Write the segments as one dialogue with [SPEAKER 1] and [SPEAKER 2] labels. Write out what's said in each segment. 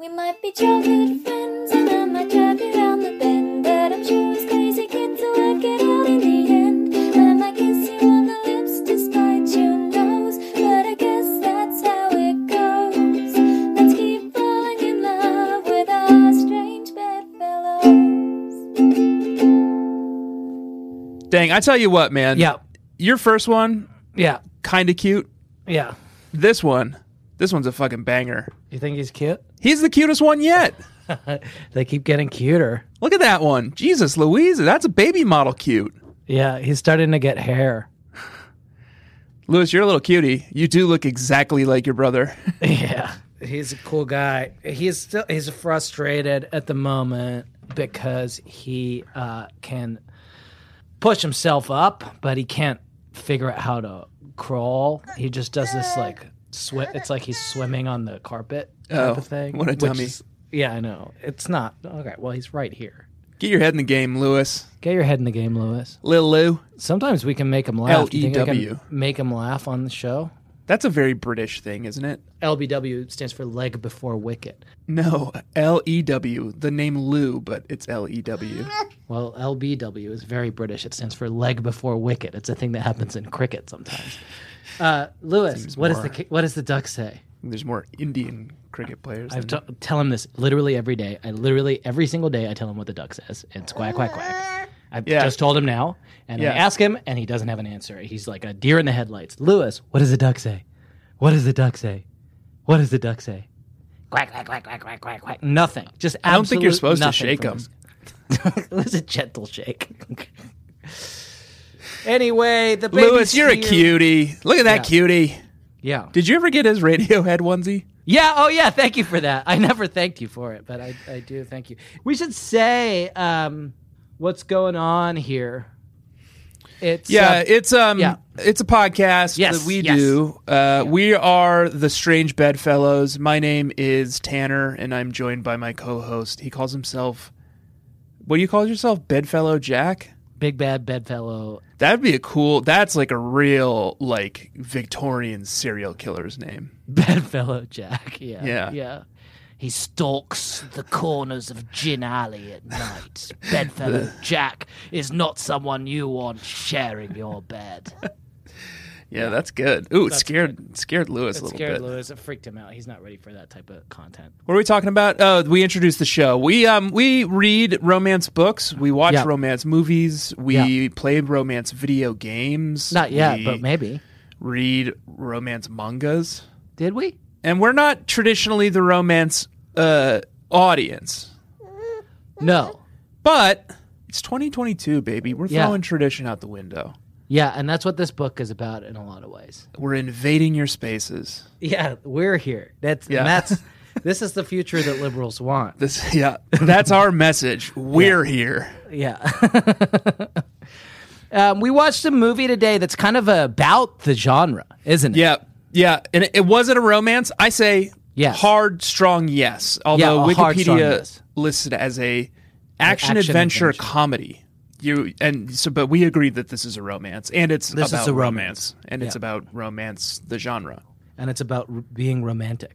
[SPEAKER 1] many childhood friends, and I might drive you round the bend. But I'm sure it's crazy kids will work it out in the end. I might kiss you on the lips despite your nose, but I guess that's how it goes. Let's keep falling in love with our strange bedfellows.
[SPEAKER 2] Dang, I tell you what, man.
[SPEAKER 3] Yeah.
[SPEAKER 2] Your first one,
[SPEAKER 3] Yeah.
[SPEAKER 2] kind of cute.
[SPEAKER 3] Yeah.
[SPEAKER 2] This one, this one's a fucking banger.
[SPEAKER 3] You think he's cute?
[SPEAKER 2] He's the cutest one yet.
[SPEAKER 3] They keep getting cuter.
[SPEAKER 2] Look at that one. Jesus Louise, that's a baby model cute.
[SPEAKER 3] Yeah, he's starting to get hair.
[SPEAKER 2] Louis, you're a little cutie. You do look exactly like your brother.
[SPEAKER 3] Yeah. He's a cool guy. He's still he's frustrated at the moment because he uh, can push himself up, but he can't figure out how to crawl. He just does this like swi It's like he's swimming on the carpet type
[SPEAKER 2] Oh,
[SPEAKER 3] of thing.
[SPEAKER 2] what a
[SPEAKER 3] which
[SPEAKER 2] dummy.
[SPEAKER 3] is- yeah, I know. It's not okay. Well, he's right here.
[SPEAKER 2] Get your head in the game, Louis.
[SPEAKER 3] Get your head in the game, Lewis.
[SPEAKER 2] Lil Lou.
[SPEAKER 3] Sometimes we can make him laugh. Do you think I can
[SPEAKER 2] LEW.
[SPEAKER 3] Make him laugh on the show.
[SPEAKER 2] That's a very British thing, isn't it?
[SPEAKER 3] LBW stands for leg before wicket.
[SPEAKER 2] No, L E W. The name Lou, but it's L E W.
[SPEAKER 3] Well, LBW is very British. It stands for leg before wicket. It's a thing that happens in cricket sometimes. Uh, Lewis, what does the
[SPEAKER 2] more-
[SPEAKER 3] ki- what does the duck say?
[SPEAKER 2] There's more Indian cricket players.
[SPEAKER 3] I
[SPEAKER 2] than-
[SPEAKER 3] t- tell him this literally every day. I literally every single day I tell him what the duck says. It's quack quack quack. I
[SPEAKER 2] Yeah.
[SPEAKER 3] just told him now, and
[SPEAKER 2] Yeah.
[SPEAKER 3] I ask him, and he doesn't have an answer. He's like a deer in the headlights. Lewis, what does the duck say? What does the duck say? What does the duck say? Quack quack quack quack quack quack quack. Nothing. Just
[SPEAKER 2] I don't think you're
[SPEAKER 3] absolute
[SPEAKER 2] supposed to
[SPEAKER 3] nothing
[SPEAKER 2] shake
[SPEAKER 3] from
[SPEAKER 2] them.
[SPEAKER 3] this it was a gentle shake. anyway, the baby's
[SPEAKER 2] Louis, you're a
[SPEAKER 3] here.
[SPEAKER 2] cutie. Look at that
[SPEAKER 3] Yeah.
[SPEAKER 2] cutie.
[SPEAKER 3] Yeah.
[SPEAKER 2] Did you ever get his Radiohead onesie?
[SPEAKER 3] Yeah. Oh, yeah. Thank you for that. I never thanked you for it, but I, I do thank you. We should say um, what's going on here. It's
[SPEAKER 2] Yeah,
[SPEAKER 3] uh,
[SPEAKER 2] it's um,
[SPEAKER 3] yeah.
[SPEAKER 2] it's a podcast
[SPEAKER 3] Yes,
[SPEAKER 2] that we
[SPEAKER 3] yes.
[SPEAKER 2] do. Uh, We are the Strange Bedfellows. My name is Tanner, and I'm joined by my co-host. He calls himself. What do you call yourself, Bedfellow Jack?
[SPEAKER 3] big bad bedfellow.
[SPEAKER 2] That'd be a cool. That's like a real like Victorian serial killer's name.
[SPEAKER 3] Bedfellow Jack. Yeah.
[SPEAKER 2] Yeah.
[SPEAKER 3] Yeah. He stalks the corners of Gin Alley at night. Bedfellow Jack is not someone you want sharing your bed.
[SPEAKER 2] Yeah, that's good. Ooh, it scared scared Lewis a
[SPEAKER 3] It
[SPEAKER 2] little
[SPEAKER 3] scared
[SPEAKER 2] bit.
[SPEAKER 3] Lewis. It freaked him out. He's not ready for that type of content.
[SPEAKER 2] What are we talking about? Oh, we introduced the show. We um we read romance books. We watch
[SPEAKER 3] Yeah.
[SPEAKER 2] romance movies. We
[SPEAKER 3] Yeah.
[SPEAKER 2] play romance video games.
[SPEAKER 3] Not yet,
[SPEAKER 2] We
[SPEAKER 3] but maybe.
[SPEAKER 2] read romance mangas.
[SPEAKER 3] Did we?
[SPEAKER 2] And we're not traditionally the romance uh audience.
[SPEAKER 3] No.
[SPEAKER 2] But it's 2022, baby. We're
[SPEAKER 3] Yeah.
[SPEAKER 2] throwing tradition out the window.
[SPEAKER 3] Yeah, and that's what this book is about in a lot of ways.
[SPEAKER 2] We're invading your spaces.
[SPEAKER 3] Yeah, we're here. That's
[SPEAKER 2] Yeah.
[SPEAKER 3] that's this is the future that liberals want.
[SPEAKER 2] This yeah, that's our message. We're here.
[SPEAKER 3] Yeah. um, we watched a movie today that's kind of about the genre, isn't it?
[SPEAKER 2] Yeah. Yeah. And it, it wasn't a romance. I say
[SPEAKER 3] Yes.
[SPEAKER 2] hard, strong yes. Although
[SPEAKER 3] a hard,
[SPEAKER 2] Wikipedia
[SPEAKER 3] strong yes.
[SPEAKER 2] listed as a action,
[SPEAKER 3] action
[SPEAKER 2] adventure,
[SPEAKER 3] adventure.
[SPEAKER 2] comedy. You and so but we agreed that this is a romance and it's
[SPEAKER 3] This is
[SPEAKER 2] about
[SPEAKER 3] a
[SPEAKER 2] romance.
[SPEAKER 3] romance.
[SPEAKER 2] And it's
[SPEAKER 3] Yeah.
[SPEAKER 2] about romance the genre.
[SPEAKER 3] And it's about r- being romantic.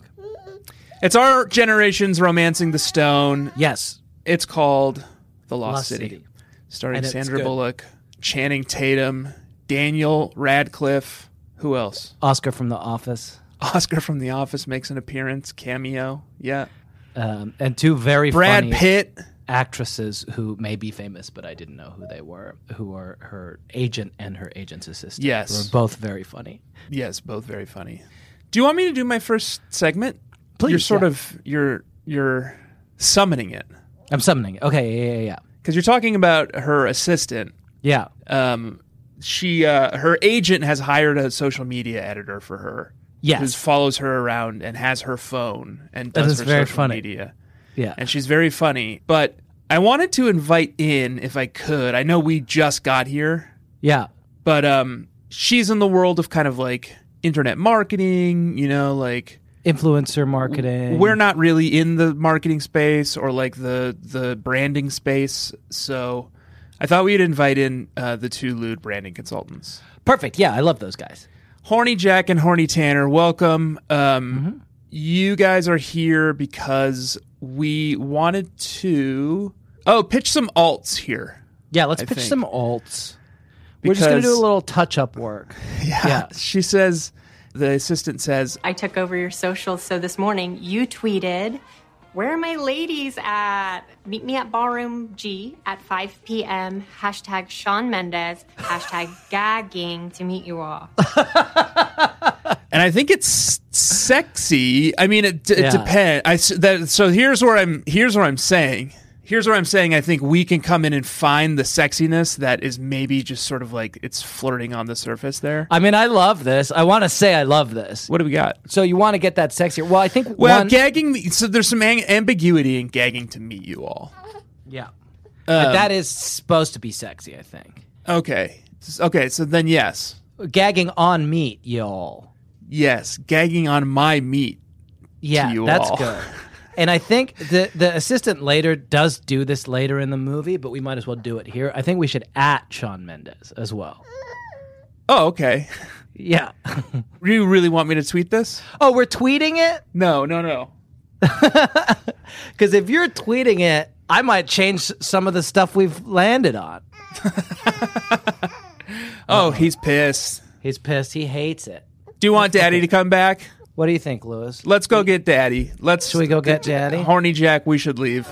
[SPEAKER 2] It's our generation's romancing the stone.
[SPEAKER 3] Yes.
[SPEAKER 2] It's called The Lost,
[SPEAKER 3] Lost
[SPEAKER 2] City,
[SPEAKER 3] City.
[SPEAKER 2] starring
[SPEAKER 3] And it's
[SPEAKER 2] Sandra
[SPEAKER 3] good.
[SPEAKER 2] Bullock, Channing Tatum, Daniel Radcliffe, who else?
[SPEAKER 3] Oscar from The Office.
[SPEAKER 2] Oscar from The Office makes an appearance, cameo. Yeah.
[SPEAKER 3] Um, and two very
[SPEAKER 2] Brad
[SPEAKER 3] funny
[SPEAKER 2] Pitt.
[SPEAKER 3] actresses who may be famous, but I didn't know who they were, who are her agent and her agent's assistant.
[SPEAKER 2] Yes.
[SPEAKER 3] Who are both very funny.
[SPEAKER 2] Yes, both very funny. Do you want me to do my first segment?
[SPEAKER 3] Please,
[SPEAKER 2] You're sort
[SPEAKER 3] yeah.
[SPEAKER 2] of you're you're summoning it
[SPEAKER 3] I'm summoning. it. Okay, yeah, yeah, yeah.
[SPEAKER 2] because you're talking about her assistant.
[SPEAKER 3] Yeah.
[SPEAKER 2] Um, she uh, her agent has hired a social media editor for her.
[SPEAKER 3] Yes.
[SPEAKER 2] who follows her around and has her phone and
[SPEAKER 3] That
[SPEAKER 2] does
[SPEAKER 3] is
[SPEAKER 2] her
[SPEAKER 3] very
[SPEAKER 2] social
[SPEAKER 3] funny.
[SPEAKER 2] media.
[SPEAKER 3] yeah.
[SPEAKER 2] and she's very funny. But I wanted to invite in, if I could. I know we just got here,
[SPEAKER 3] yeah.
[SPEAKER 2] but um, she's in the world of kind of like internet marketing. You know, like
[SPEAKER 3] Influencer marketing.
[SPEAKER 2] we're not really in the marketing space or like the the branding space. So I thought we'd invite in uh, the two lewd branding consultants,
[SPEAKER 3] perfect. Yeah, I love those guys.
[SPEAKER 2] Horny Jack
[SPEAKER 3] Mm-hmm.
[SPEAKER 2] and Horny Tanner. Welcome. Um, You guys are here because we wanted to oh pitch some alts here.
[SPEAKER 3] Yeah, let's
[SPEAKER 2] I
[SPEAKER 3] pitch
[SPEAKER 2] think.
[SPEAKER 3] some alts. We're just gonna do
[SPEAKER 2] Because-
[SPEAKER 3] a little touch up work. Yeah.
[SPEAKER 2] She says, the assistant says,
[SPEAKER 4] I took over your social. So this morning you tweeted, Where are my ladies at? Meet me at Ballroom G at 5 p.m. Hashtag Sean Mendez. Hashtag gagging to meet you all.
[SPEAKER 2] and I think it's sexy. I mean, it, d-
[SPEAKER 3] Yeah.
[SPEAKER 2] it depends. I s- that, so here's where I'm. Here's where I'm saying. Here's where I'm saying. I think we can come in and find the sexiness that is maybe just sort of like it's flirting on the surface. There.
[SPEAKER 3] I mean, I love this. I want to say I love this.
[SPEAKER 2] What do we got?
[SPEAKER 3] So you want to get that sexier? Well, I think
[SPEAKER 2] Well,
[SPEAKER 3] one,
[SPEAKER 2] gagging. me- So there's some ang- ambiguity in gagging to meet you all. Um,
[SPEAKER 3] yeah, But that is supposed to be sexy. I think
[SPEAKER 2] Okay. S- Okay. So then, yes,
[SPEAKER 3] gagging on meat, y'all.
[SPEAKER 2] yes, gagging on my meat.
[SPEAKER 3] Yeah,
[SPEAKER 2] you
[SPEAKER 3] that's
[SPEAKER 2] all.
[SPEAKER 3] good. And I think the the assistant later does do this later in the movie, but we might as well do it here. I think we should at Sean Mendes as well.
[SPEAKER 2] Oh, okay.
[SPEAKER 3] Yeah.
[SPEAKER 2] You really want me to tweet this?
[SPEAKER 3] oh, we're tweeting it.
[SPEAKER 2] No, no, no.
[SPEAKER 3] Because if you're tweeting it, I might change some of the stuff we've landed on. Uh-huh.
[SPEAKER 2] Oh, he's pissed.
[SPEAKER 3] He's pissed. He hates it.
[SPEAKER 2] Do you want Daddy to come back?
[SPEAKER 3] What do you think, Lewis?
[SPEAKER 2] Let's go get Daddy. Let's
[SPEAKER 3] Should we go get Daddy?
[SPEAKER 2] horny Jack. We should leave.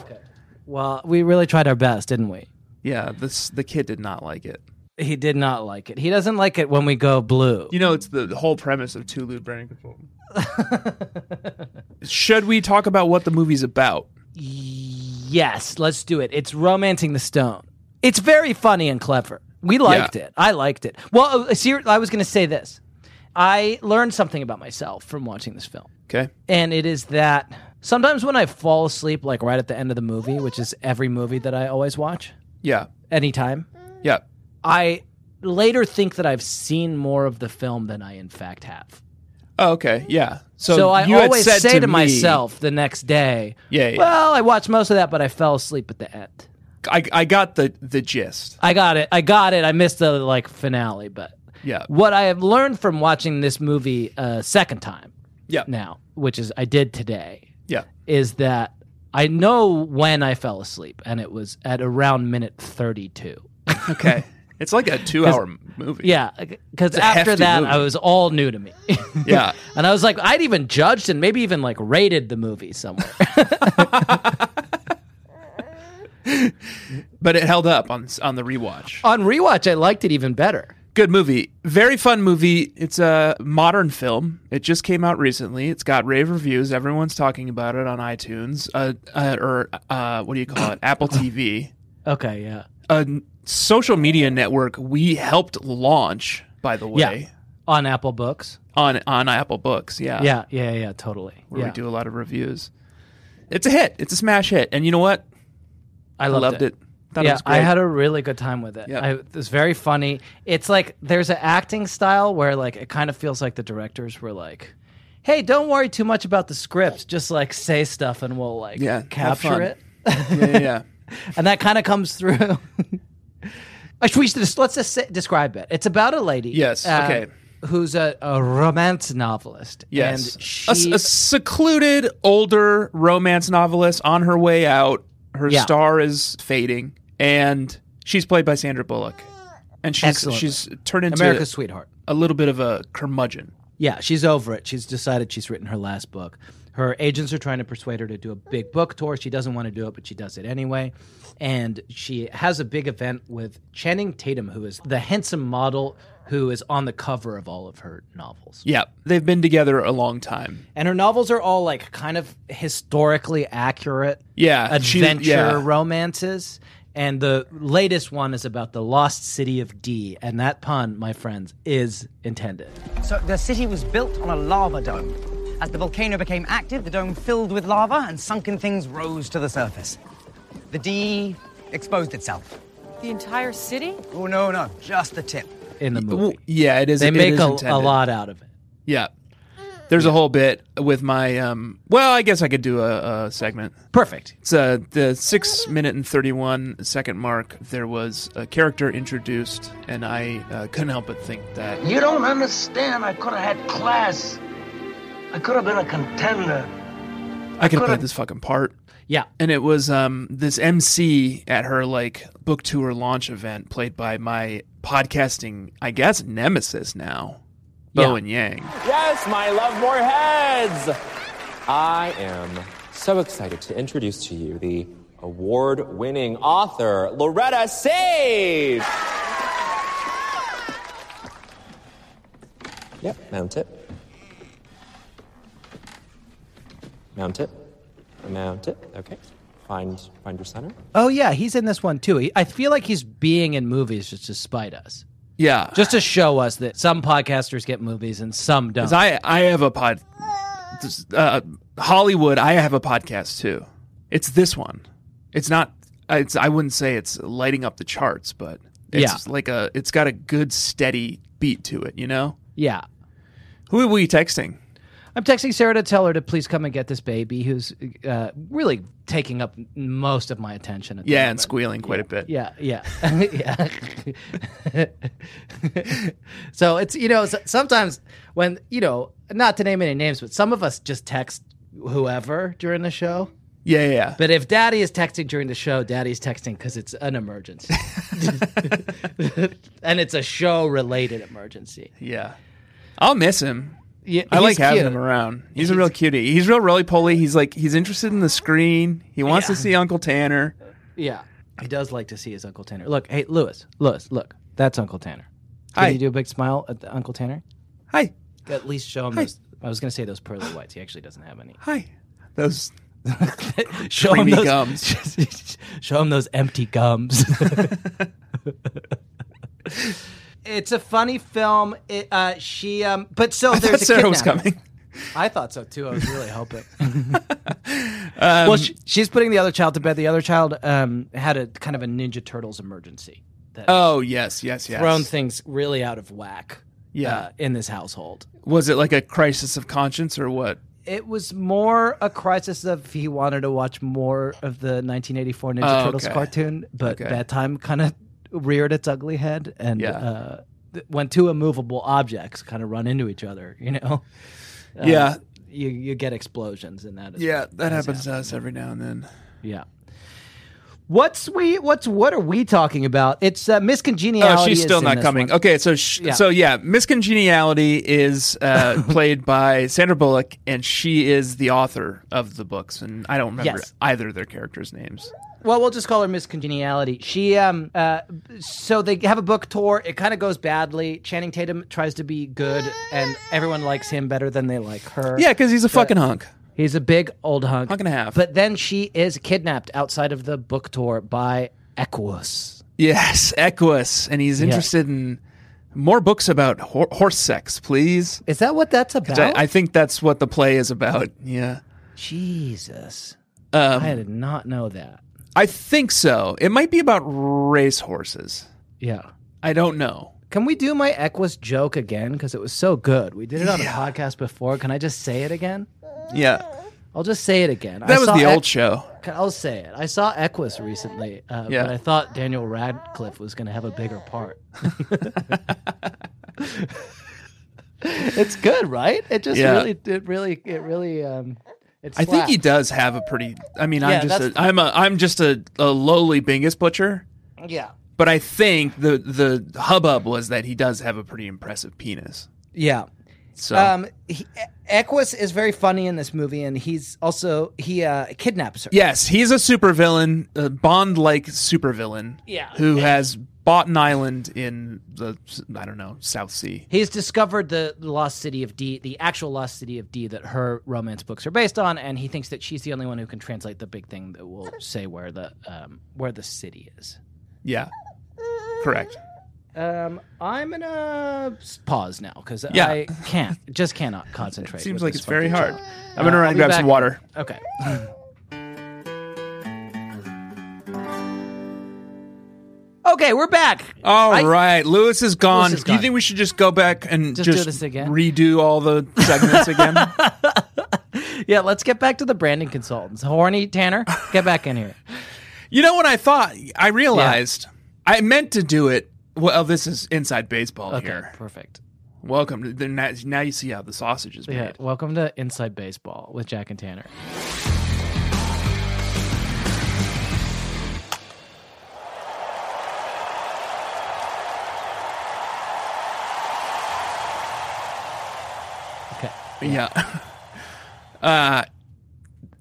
[SPEAKER 3] Well, we really tried our best, didn't we?
[SPEAKER 2] Yeah, this the kid did not like it.
[SPEAKER 3] He did not like it. He doesn't like it when we go blue.
[SPEAKER 2] You know, it's the the whole premise of two lewd brain control. should we talk about what the movie's about?
[SPEAKER 3] Yes, let's do it. It's romancing the stone. It's very funny and clever. We liked it. I liked it. Well, uh, see, I was going to say this. I learned something about myself from watching this film.
[SPEAKER 2] Okay.
[SPEAKER 3] and it is that sometimes when I fall asleep, like right at the end of the movie, which is every movie that I always watch,
[SPEAKER 2] Yeah.
[SPEAKER 3] anytime,
[SPEAKER 2] Yeah.
[SPEAKER 3] I later think that I've seen more of the film than I in fact have.
[SPEAKER 2] Oh, okay. Yeah. So,
[SPEAKER 3] So, I
[SPEAKER 2] you had
[SPEAKER 3] always
[SPEAKER 2] said
[SPEAKER 3] say to,
[SPEAKER 2] me-
[SPEAKER 3] myself the next day,
[SPEAKER 2] Yeah, yeah.
[SPEAKER 3] well, I watched most of that, but I fell asleep at the end.
[SPEAKER 2] I, I got the the gist.
[SPEAKER 3] I got it. I got it. I missed the like finale, but
[SPEAKER 2] Yeah.
[SPEAKER 3] what I have learned from watching this movie a second time
[SPEAKER 2] Yeah.
[SPEAKER 3] now, which is I did today,
[SPEAKER 2] Yeah.
[SPEAKER 3] is that I know when I fell asleep, and it was at around minute 32.
[SPEAKER 2] Okay. it's like a two hour movie.
[SPEAKER 3] Yeah, because
[SPEAKER 2] a
[SPEAKER 3] after
[SPEAKER 2] hefty
[SPEAKER 3] that,
[SPEAKER 2] movie.
[SPEAKER 3] I was all new to me.
[SPEAKER 2] Yeah.
[SPEAKER 3] and I was like, I'd even judged and maybe even like rated the movie somewhere.
[SPEAKER 2] But it held up on on the rewatch.
[SPEAKER 3] On rewatch, I liked it even better.
[SPEAKER 2] Good movie. Very fun movie. It's a modern film. It just came out recently. It's got rave reviews. Everyone's talking about it on iTunes uh, uh, or uh, what do you call it? Apple TV.
[SPEAKER 3] Okay, yeah.
[SPEAKER 2] A n- social media network we helped launch, by the way,
[SPEAKER 3] Yeah. On Apple Books.
[SPEAKER 2] on on Apple Books. Yeah.
[SPEAKER 3] Yeah, yeah, yeah, totally.
[SPEAKER 2] Uh, Where
[SPEAKER 3] yeah.
[SPEAKER 2] we do a lot of reviews. It's a hit. It's a smash hit. And you know what?
[SPEAKER 3] I
[SPEAKER 2] I
[SPEAKER 3] loved,
[SPEAKER 2] loved
[SPEAKER 3] it.
[SPEAKER 2] it. Thought it
[SPEAKER 3] yeah,
[SPEAKER 2] was
[SPEAKER 3] I
[SPEAKER 2] great.
[SPEAKER 3] had a really good time with it.
[SPEAKER 2] Yeah.
[SPEAKER 3] I, it was very funny. It's like there's an acting style where like it kind of feels like the directors were like, "Hey, don't worry too much about the script. Just like say stuff, and we'll like
[SPEAKER 2] Yeah, have
[SPEAKER 3] capture
[SPEAKER 2] fun."
[SPEAKER 3] it."
[SPEAKER 2] yeah, yeah, yeah.
[SPEAKER 3] and that kind of comes through. Uh, should we just, let's just say, describe it. It's about a lady. uh,
[SPEAKER 2] Yes, okay.
[SPEAKER 3] Who's a, a romance novelist?
[SPEAKER 2] Yes.
[SPEAKER 3] and
[SPEAKER 2] A s-
[SPEAKER 3] she,
[SPEAKER 2] a, secluded older romance novelist on her way out. Her
[SPEAKER 3] Yeah.
[SPEAKER 2] star is fading, and she's played by Sandra Bullock. And she's
[SPEAKER 3] Excellent.
[SPEAKER 2] she's turned into
[SPEAKER 3] America's sweetheart.
[SPEAKER 2] a little bit of a curmudgeon.
[SPEAKER 3] Yeah, she's over it. She's decided she's written her last book. Her agents are trying to persuade her to do a big book tour. She doesn't want to do it, but she does it anyway. And she has a big event with Channing Tatum, who is the handsome model who is on the cover of all of her novels.
[SPEAKER 2] Yeah, they've been together a long time.
[SPEAKER 3] And her novels are all like kind of historically accurate
[SPEAKER 2] Yeah, she-
[SPEAKER 3] adventure
[SPEAKER 2] yeah.
[SPEAKER 3] romances. And the latest one is about the lost city of D. And that pun, my friends, is intended.
[SPEAKER 5] So the city was built on a lava dome. As the volcano became active, the dome filled with lava and sunken things rose to the surface. The D exposed itself.
[SPEAKER 6] The entire city?
[SPEAKER 5] Oh, no, no, just the tip.
[SPEAKER 3] In the movie.
[SPEAKER 2] Well, yeah, it is.
[SPEAKER 3] They
[SPEAKER 2] it
[SPEAKER 3] make
[SPEAKER 2] is
[SPEAKER 3] a, a
[SPEAKER 2] intended.
[SPEAKER 3] lot out of it.
[SPEAKER 2] Yeah, there's a whole bit with my. Um, well, I guess I could do a, a segment.
[SPEAKER 3] Perfect.
[SPEAKER 2] It's uh, the six minute and 31 second mark. There was a character introduced, and I uh, couldn't help but think that
[SPEAKER 7] You don't understand. I could have had class. I could have been a contender.
[SPEAKER 2] I could have
[SPEAKER 7] Could've-
[SPEAKER 2] played this fucking part.
[SPEAKER 3] Yeah.
[SPEAKER 2] and it was um, this MC at her like book tour launch event, played by my podcasting, I guess, nemesis now, Bowen Yang.
[SPEAKER 6] Yes, my love more heads. I am so excited to introduce to you the award-winning author Loretta Sage. Yep, mount it. Mount it. Mount it. Okay. Find find your center.
[SPEAKER 3] Oh yeah, he's in this one too. He, I feel like he's being in movies just to spite us,
[SPEAKER 2] Yeah,
[SPEAKER 3] just to show us that some podcasters get movies and some don't.
[SPEAKER 2] 'Cause I I have a pod, uh, Hollywood. I have a podcast too. It's this one. It's not. It's I wouldn't say it's lighting up the charts, but it's
[SPEAKER 3] Yeah.
[SPEAKER 2] like a. It's got a good steady beat to it. You know.
[SPEAKER 3] yeah,
[SPEAKER 2] Who are we texting?
[SPEAKER 3] I'm texting Sarah to tell her to please come and get this baby, who's uh, really taking up most of my attention. At the
[SPEAKER 2] Yeah, and
[SPEAKER 3] moment.
[SPEAKER 2] squealing quite a bit.
[SPEAKER 3] Yeah, yeah, yeah. so it's you know s- sometimes when you know not to name any names, but some of us just text whoever during the show.
[SPEAKER 2] Yeah, yeah. yeah.
[SPEAKER 3] But if Daddy is texting during the show, Daddy's texting because it's an emergency, and it's a show-related emergency.
[SPEAKER 2] Yeah. I'll miss him.
[SPEAKER 3] Yeah,
[SPEAKER 2] I like
[SPEAKER 3] he's
[SPEAKER 2] having
[SPEAKER 3] cute.
[SPEAKER 2] him around. He's, a real cutie. He's real roly poly. He's like he's interested in the screen. He wants to
[SPEAKER 3] Yeah.
[SPEAKER 2] see Uncle Tanner.
[SPEAKER 3] Yeah, he does like to see his Uncle Tanner. Look, hey, Lewis, Lewis, look, that's Uncle Tanner. Can
[SPEAKER 2] Hi.
[SPEAKER 3] you do a big smile at the Uncle Tanner?
[SPEAKER 2] Hi.
[SPEAKER 3] At least show him those. I was gonna say those pearly whites. He actually doesn't have any.
[SPEAKER 2] Hi. Those
[SPEAKER 3] show him
[SPEAKER 2] Creamy
[SPEAKER 3] those
[SPEAKER 2] gums.
[SPEAKER 3] show him those empty gums. it's a funny film. It, uh, she, um, but so
[SPEAKER 2] I thought
[SPEAKER 3] there's a
[SPEAKER 2] Sarah was
[SPEAKER 3] kidnapper.
[SPEAKER 2] coming.
[SPEAKER 3] I thought so too. I was really hoping.
[SPEAKER 2] Um,
[SPEAKER 3] well, she, she's putting the other child to bed. The other child um, had a kind of a Ninja Turtles emergency that
[SPEAKER 2] Oh yes, yes, yes.
[SPEAKER 3] thrown things really out of whack. uh,
[SPEAKER 2] Yeah.
[SPEAKER 3] in this household,
[SPEAKER 2] Was it like a crisis of conscience or what?
[SPEAKER 3] it was more a crisis of he wanted to watch more of the 1984 Ninja
[SPEAKER 2] Oh,
[SPEAKER 3] Turtles
[SPEAKER 2] okay.
[SPEAKER 3] cartoon, but
[SPEAKER 2] Okay.
[SPEAKER 3] bedtime kind of reared its ugly head, and
[SPEAKER 2] Yeah.
[SPEAKER 3] uh, th- when two immovable objects kind of run into each other, you know, uh,
[SPEAKER 2] yeah.
[SPEAKER 3] you you get explosions in that. as
[SPEAKER 2] Yeah,
[SPEAKER 3] well.
[SPEAKER 2] that happens to us every now and then.
[SPEAKER 3] Yeah. What's we? What's what are we talking about? It's uh, miscongeniality.
[SPEAKER 2] Oh, she's
[SPEAKER 3] is
[SPEAKER 2] still
[SPEAKER 3] in
[SPEAKER 2] not
[SPEAKER 3] this
[SPEAKER 2] coming.
[SPEAKER 3] one.
[SPEAKER 2] Okay, so sh-
[SPEAKER 3] Yeah.
[SPEAKER 2] so yeah, Miss Congeniality is uh, played by Sandra Bullock, and she is the author of the books, and I don't remember
[SPEAKER 3] Yes.
[SPEAKER 2] either of their characters' names.
[SPEAKER 3] Well, we'll just call her Miss Congeniality. She um uh so they have a book tour. It kind of goes badly. Channing Tatum tries to be good, and everyone likes him better than they like her.
[SPEAKER 2] Yeah, because he's a fucking hunk.
[SPEAKER 3] he's a big old hunk.
[SPEAKER 2] Hunk and a half.
[SPEAKER 3] But then she is kidnapped outside of the book tour by Equus.
[SPEAKER 2] Yes, Equus, and he's interested in more books about hor- horse sex, please.
[SPEAKER 3] Is that what that's
[SPEAKER 2] Which
[SPEAKER 3] about?
[SPEAKER 2] I, I think that's what the play is about. Yeah,
[SPEAKER 3] Jesus,
[SPEAKER 2] um,
[SPEAKER 3] I did not know that.
[SPEAKER 2] I think so. It might be about race horses.
[SPEAKER 3] Yeah.
[SPEAKER 2] I don't know.
[SPEAKER 3] Can we do my Equus joke again? Because it was so good. We did it on a podcast before. Can I just say it again?
[SPEAKER 2] Yeah,
[SPEAKER 3] I'll just say it again. I
[SPEAKER 2] that was
[SPEAKER 3] saw
[SPEAKER 2] the
[SPEAKER 3] Equ-
[SPEAKER 2] old show.
[SPEAKER 3] I'll say it. I saw Equus recently, uh,
[SPEAKER 2] Yeah.
[SPEAKER 3] but I thought Daniel Radcliffe was going to have a bigger part. it's good, right? It just
[SPEAKER 2] Yeah.
[SPEAKER 3] really, it really, it really. Um, it
[SPEAKER 2] I think he
[SPEAKER 3] slaps.
[SPEAKER 2] does have a pretty. I mean,
[SPEAKER 3] Yeah,
[SPEAKER 2] I'm just a,
[SPEAKER 3] that's-
[SPEAKER 2] I'm a I'm just a, a lowly Bingus butcher,
[SPEAKER 3] Yeah,
[SPEAKER 2] but I think the the hubbub was that he does have a pretty impressive penis.
[SPEAKER 3] yeah.
[SPEAKER 2] So
[SPEAKER 3] Um, he, Equus is very funny in this movie, and he's also he uh, kidnaps her.
[SPEAKER 2] yes, he's a supervillain, a Bond like supervillain.
[SPEAKER 3] Yeah.
[SPEAKER 2] who has bought an island in the I don't know South Sea.
[SPEAKER 3] He's discovered the lost city of D, the actual lost city of D that her romance books are based on, and he thinks that she's the only one who can translate the big thing that will say where the um, where the city is.
[SPEAKER 2] Yeah, correct.
[SPEAKER 3] Um, I'm gonna s- pause now because
[SPEAKER 2] Yeah.
[SPEAKER 3] I can't, just cannot concentrate.
[SPEAKER 2] Seems
[SPEAKER 3] with
[SPEAKER 2] like
[SPEAKER 3] this
[SPEAKER 2] it's very
[SPEAKER 3] fucking
[SPEAKER 2] hard.
[SPEAKER 3] job.
[SPEAKER 2] I'm gonna
[SPEAKER 3] Uh,
[SPEAKER 2] run
[SPEAKER 3] I'll
[SPEAKER 2] and
[SPEAKER 3] be
[SPEAKER 2] grab
[SPEAKER 3] back.
[SPEAKER 2] some water.
[SPEAKER 3] Okay. okay, we're back.
[SPEAKER 2] All
[SPEAKER 3] I-
[SPEAKER 2] right, Lewis is gone.
[SPEAKER 3] Lewis is
[SPEAKER 2] Do you
[SPEAKER 3] gone.
[SPEAKER 2] think we should just go back and
[SPEAKER 3] Just
[SPEAKER 2] just,
[SPEAKER 3] do this again?
[SPEAKER 2] redo all the segments again?
[SPEAKER 3] Yeah, let's get back to the branding consultants. Horny Tanner, get back in here.
[SPEAKER 2] You know what I thought? I realized I meant to do it. Well, this is inside baseball
[SPEAKER 3] Okay,
[SPEAKER 2] here.
[SPEAKER 3] perfect.
[SPEAKER 2] Welcome. To the, now, now you see how the sausage is made.
[SPEAKER 3] Yeah, welcome to Inside Baseball with Jack and Tanner.
[SPEAKER 2] Yeah. Uh,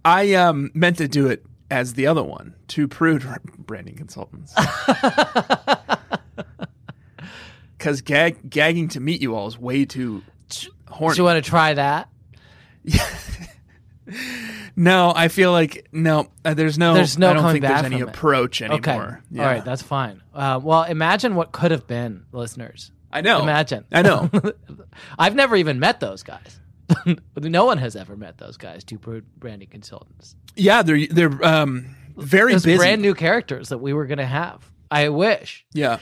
[SPEAKER 2] I um, meant to do it as the other one to prude branding consultants. Because gag- gagging to meet you all is way too horny.
[SPEAKER 3] Do you want to try that?
[SPEAKER 2] no, I feel like no. uh, there's no.
[SPEAKER 3] There's no
[SPEAKER 2] I don't
[SPEAKER 3] coming
[SPEAKER 2] think
[SPEAKER 3] back
[SPEAKER 2] there's any
[SPEAKER 3] from it.
[SPEAKER 2] approach anymore.
[SPEAKER 3] Okay.
[SPEAKER 2] Yeah.
[SPEAKER 3] All right, that's fine. Uh, well, imagine what could have been, listeners.
[SPEAKER 2] I know.
[SPEAKER 3] Imagine.
[SPEAKER 2] I know.
[SPEAKER 3] I've never even met those guys. no one has ever met those guys, two br- branding consultants.
[SPEAKER 2] yeah, they're they're um very
[SPEAKER 3] Those
[SPEAKER 2] busy.
[SPEAKER 3] brand new characters that we were going to have. I wish.
[SPEAKER 2] Yeah.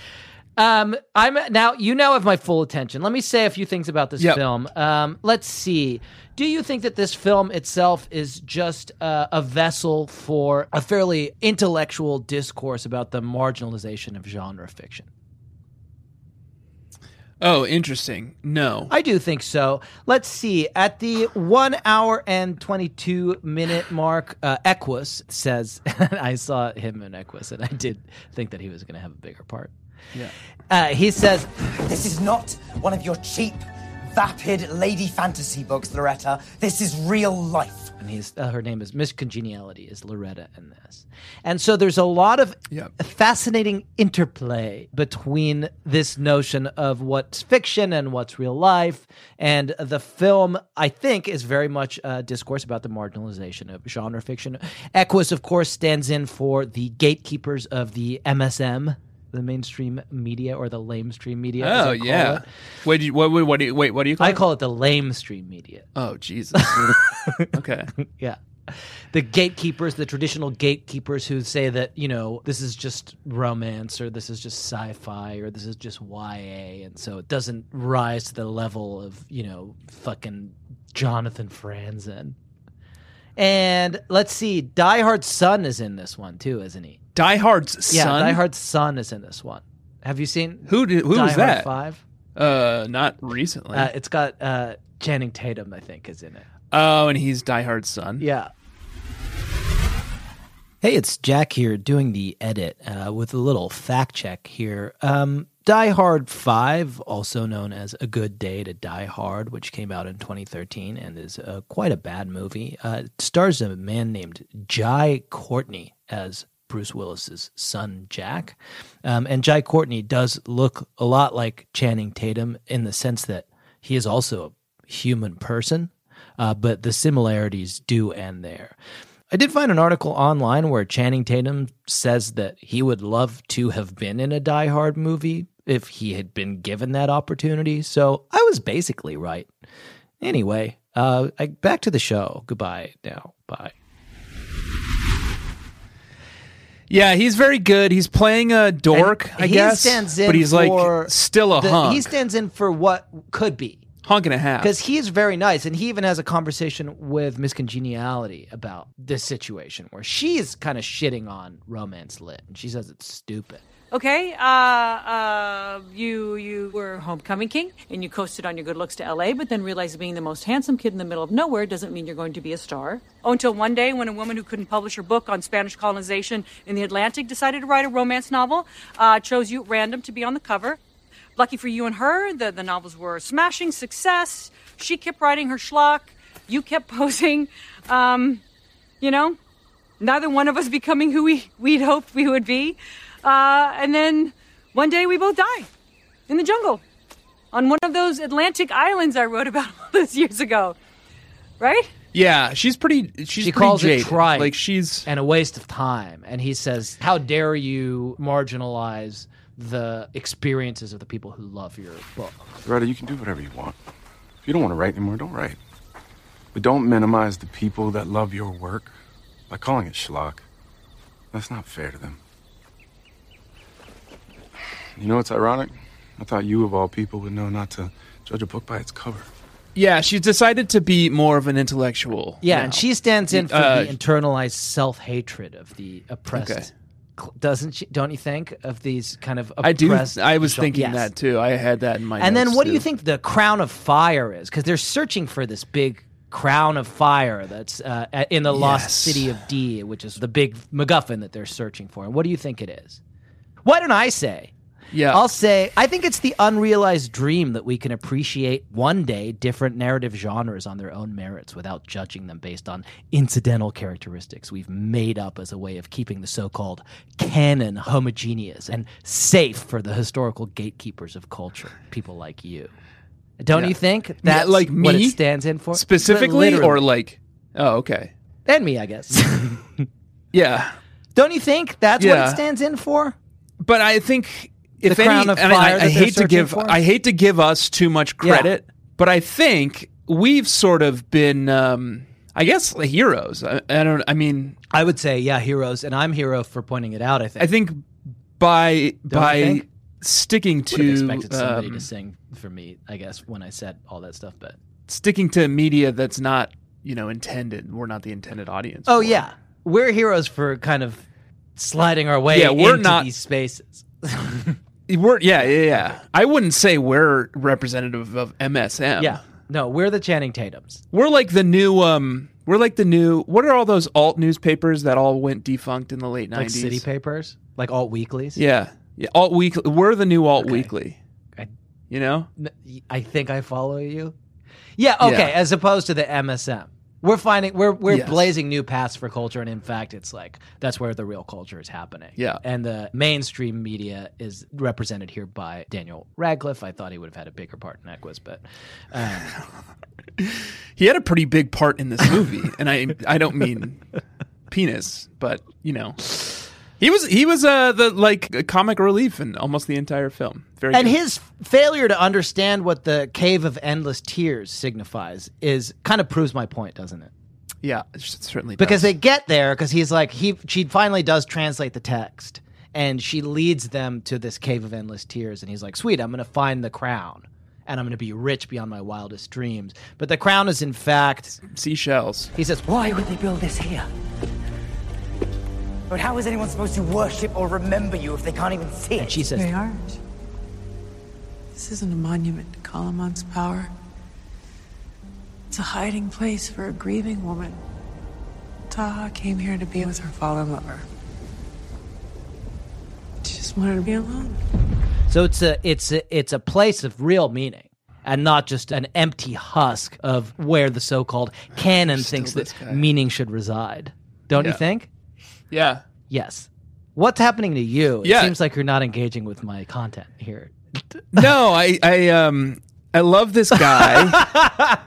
[SPEAKER 3] Um, I'm now. You now have my full attention. Let me say a few things about this
[SPEAKER 2] Yep.
[SPEAKER 3] film. Um, let's see. Do you think that this film itself is just uh, a vessel for a fairly intellectual discourse about the marginalization of genre fiction?
[SPEAKER 2] Oh, interesting. No.
[SPEAKER 3] I do think so. Let's see. At the one hour and 22 minute mark, uh, Equus says, I saw him in Equus and I did think that he was going to have a bigger part.
[SPEAKER 2] yeah.
[SPEAKER 3] Uh, he says,
[SPEAKER 5] This is not one of your cheap, vapid lady fantasy books, Loretta. This is real life.
[SPEAKER 3] and he's, uh, her name is Miss Congeniality, is Loretta in this. And so there's a lot of
[SPEAKER 2] Yep.
[SPEAKER 3] fascinating interplay between this notion of what's fiction and what's real life. And the film, I think, is very much a discourse about the marginalization of genre fiction. Equus, of course, stands in for the gatekeepers of the MSM. The mainstream media or the lamestream media. as
[SPEAKER 2] Oh
[SPEAKER 3] I call
[SPEAKER 2] yeah.
[SPEAKER 3] it.
[SPEAKER 2] What do you, what what, what do you, wait what do you call
[SPEAKER 3] I
[SPEAKER 2] it?
[SPEAKER 3] call it the lamestream media.
[SPEAKER 2] oh Jesus. okay.
[SPEAKER 3] Yeah. The gatekeepers, the traditional gatekeepers who say that, you know, this is just romance or this is just sci fi or this is just YA. And so it doesn't rise to the level of, you know, fucking Jonathan Franzen. And let's see, Die Hard's son is in this one too, isn't he?
[SPEAKER 2] Die Hard's
[SPEAKER 3] Yeah,
[SPEAKER 2] son.
[SPEAKER 3] Die Hard's son is in this one. Have you seen
[SPEAKER 2] Who did, who
[SPEAKER 3] Die
[SPEAKER 2] was
[SPEAKER 3] Hard
[SPEAKER 2] that?
[SPEAKER 3] Five?
[SPEAKER 2] Uh, not recently.
[SPEAKER 3] Uh, it's got uh, Channing Tatum, I think, is in it.
[SPEAKER 2] oh, and he's Die Hard's son.
[SPEAKER 3] Yeah. Hey, it's Jack here doing the edit uh, with a little fact check here. Um, Die Hard 5, also known as A Good Day to Die Hard, which came out in 2013 and is uh, quite a bad movie, uh, it stars a man named Jai Courtney as Bruce Willis's son, Jack. Um, and Jai Courtney does look a lot like Channing Tatum in the sense that he is also a human person uh, but the similarities do end there. I did find an article online where Channing Tatum says that he would love to have been in a Die Hard movie if he had been given that opportunity. So I was basically right. Anyway, uh, I, back to the show. Goodbye now. Bye.
[SPEAKER 2] Yeah, he's very good. He's playing a dork,
[SPEAKER 3] And
[SPEAKER 2] I
[SPEAKER 3] he
[SPEAKER 2] guess.
[SPEAKER 3] stands in
[SPEAKER 2] but he's like
[SPEAKER 3] for
[SPEAKER 2] still a
[SPEAKER 3] the-
[SPEAKER 2] hunk.
[SPEAKER 3] He stands in for what could be.
[SPEAKER 2] hunk and a half.
[SPEAKER 3] because he is very nice and he even has a conversation with miss congeniality about this situation where she's kind of shitting on romance lit and she says it's stupid
[SPEAKER 8] Okay, uh, uh, you you were homecoming king, and you coasted on your good looks to L.A., but then realized being the most handsome kid in the middle of nowhere doesn't mean you're going to be a star. Oh, until one day when a woman who couldn't publish her book on Spanish colonization in the Atlantic decided to write a romance novel, uh, chose you at random to be on the cover. Lucky for you and her, the, the novels were a smashing success. She kept writing her schlock, you kept posing. Um, you know, neither one of us becoming who we, we'd hoped we would be. Uh, and then one day we both die in the jungle on one of those Atlantic islands I wrote about all those years ago. Right?
[SPEAKER 2] yeah, she's pretty. She's
[SPEAKER 3] she
[SPEAKER 2] pretty
[SPEAKER 3] calls
[SPEAKER 2] jaded.
[SPEAKER 3] it trite
[SPEAKER 2] Like she's
[SPEAKER 3] and a waste of time and he says how dare you marginalize the experiences of the people who love your book
[SPEAKER 9] Loretta, you can do whatever you want. If you don't want to write anymore, don't write. But don't minimize the people that love your work by calling it schlock. That's not fair to them. You know what's ironic? I thought you, of all people, would know not to judge a book by its cover.
[SPEAKER 2] yeah. She's decided to be more of an intellectual.
[SPEAKER 3] yeah
[SPEAKER 2] now.
[SPEAKER 3] and she stands in for
[SPEAKER 2] Uh,
[SPEAKER 3] the internalized self-hatred of the oppressed
[SPEAKER 2] Okay.
[SPEAKER 3] cl- doesn't she don't you think of these kind of
[SPEAKER 2] I do.
[SPEAKER 3] oppressed
[SPEAKER 2] I was
[SPEAKER 3] gen-
[SPEAKER 2] thinking
[SPEAKER 3] Yes.
[SPEAKER 2] that too. I had that in my.
[SPEAKER 3] And then
[SPEAKER 2] notes,
[SPEAKER 3] what do you
[SPEAKER 2] too.
[SPEAKER 3] think the crown of fire is? Because they're searching for this big crown of fire that's uh, a- in the
[SPEAKER 2] Yes.
[SPEAKER 3] lost city of D, which is the big MacGuffin that they're searching for. And what do you think it is? Why don't I say
[SPEAKER 2] Yeah.
[SPEAKER 3] I'll say I think it's the unrealized dream that we can appreciate one day different narrative genres on their own merits without judging them based on incidental characteristics we've made up as a way of keeping the so-called canon homogeneous and safe for the historical gatekeepers of culture, people like you. Don't
[SPEAKER 2] Yeah.
[SPEAKER 3] you think that's
[SPEAKER 2] like
[SPEAKER 3] what
[SPEAKER 2] me?
[SPEAKER 3] it stands in for?
[SPEAKER 2] specifically
[SPEAKER 3] Literally.
[SPEAKER 2] or like oh okay
[SPEAKER 3] and me, I guess.
[SPEAKER 2] yeah
[SPEAKER 3] Don't you think that's what
[SPEAKER 2] Yeah.
[SPEAKER 3] it stands in for?
[SPEAKER 2] but i think if
[SPEAKER 3] The
[SPEAKER 2] any
[SPEAKER 3] crown of
[SPEAKER 2] and I-
[SPEAKER 3] fire
[SPEAKER 2] I,
[SPEAKER 3] that
[SPEAKER 2] I
[SPEAKER 3] they're
[SPEAKER 2] hate to
[SPEAKER 3] searching
[SPEAKER 2] give
[SPEAKER 3] for?
[SPEAKER 2] i hate to give us too much
[SPEAKER 3] Yeah.
[SPEAKER 2] credit but i think we've sort of been um i guess like heroes i, I don't i mean
[SPEAKER 3] I would say, yeah, heroes, and I'm hero for pointing it out. I think.
[SPEAKER 2] i think by by
[SPEAKER 3] you think?
[SPEAKER 2] sticking
[SPEAKER 3] would have
[SPEAKER 2] to
[SPEAKER 3] expected somebody
[SPEAKER 2] um,
[SPEAKER 3] to sing for me, I guess, when I said all that stuff. But
[SPEAKER 2] sticking to media that's not you know intended we're not the intended audience
[SPEAKER 3] oh
[SPEAKER 2] for it.
[SPEAKER 3] yeah, we're heroes for kind of sliding our way
[SPEAKER 2] Yeah, we're
[SPEAKER 3] into
[SPEAKER 2] not-
[SPEAKER 3] these spaces.
[SPEAKER 2] we're yeah yeah yeah i wouldn't say we're representative of msm
[SPEAKER 3] yeah, no, we're the Channing Tatum's.
[SPEAKER 2] We're like the new um we're like the new what are all those alt newspapers that all went defunct in the late 90s?
[SPEAKER 3] Like city papers, like alt weeklies.
[SPEAKER 2] Yeah. Yeah, alt weekly. We're the new alt weekly.
[SPEAKER 3] Okay.
[SPEAKER 2] You know?
[SPEAKER 3] N- I think I follow you. Yeah, okay.
[SPEAKER 2] Yeah.
[SPEAKER 3] As opposed to the MSM, we're finding we're we're
[SPEAKER 2] Yes.
[SPEAKER 3] blazing new paths for culture, and in fact, it's like that's where the real culture is happening.
[SPEAKER 2] Yeah.
[SPEAKER 3] and the mainstream media is represented here by Daniel Radcliffe. I thought he would have had a bigger part in Equus, but
[SPEAKER 2] He had a pretty big part in this movie, and I I don't mean penis, but you know. He was he was uh the like comic relief in almost the entire film. Very
[SPEAKER 3] and
[SPEAKER 2] good.
[SPEAKER 3] his failure to understand what the cave of endless tears signifies is kind of proves my point, doesn't it?
[SPEAKER 2] yeah, it certainly
[SPEAKER 3] because
[SPEAKER 2] does.
[SPEAKER 3] they get there because he's like he she finally does translate the text and she leads them to this cave of endless tears and he's like sweet i'm gonna find the crown and i'm gonna be rich beyond my wildest dreams but the crown is in fact
[SPEAKER 2] seashells.
[SPEAKER 3] he says
[SPEAKER 5] Why would they build this here? But how is anyone supposed to worship or remember you if they can't even see it?
[SPEAKER 3] and she says
[SPEAKER 10] They aren't. This isn't a monument to Kalaman's power. It's a hiding place for a grieving woman. Taha came here to be with her fallen lover. She just wanted to be alone.
[SPEAKER 3] so it's a it's a it's a place of real meaning and not just an empty husk of where the so-called canon thinks
[SPEAKER 2] this
[SPEAKER 3] that
[SPEAKER 2] guy.
[SPEAKER 3] meaning should reside don't you
[SPEAKER 2] Yeah.
[SPEAKER 3] think
[SPEAKER 2] Yeah.
[SPEAKER 3] yes what's happening to you it
[SPEAKER 2] Yeah.
[SPEAKER 3] seems like you're not engaging with my content here
[SPEAKER 2] No, I I um I love this guy.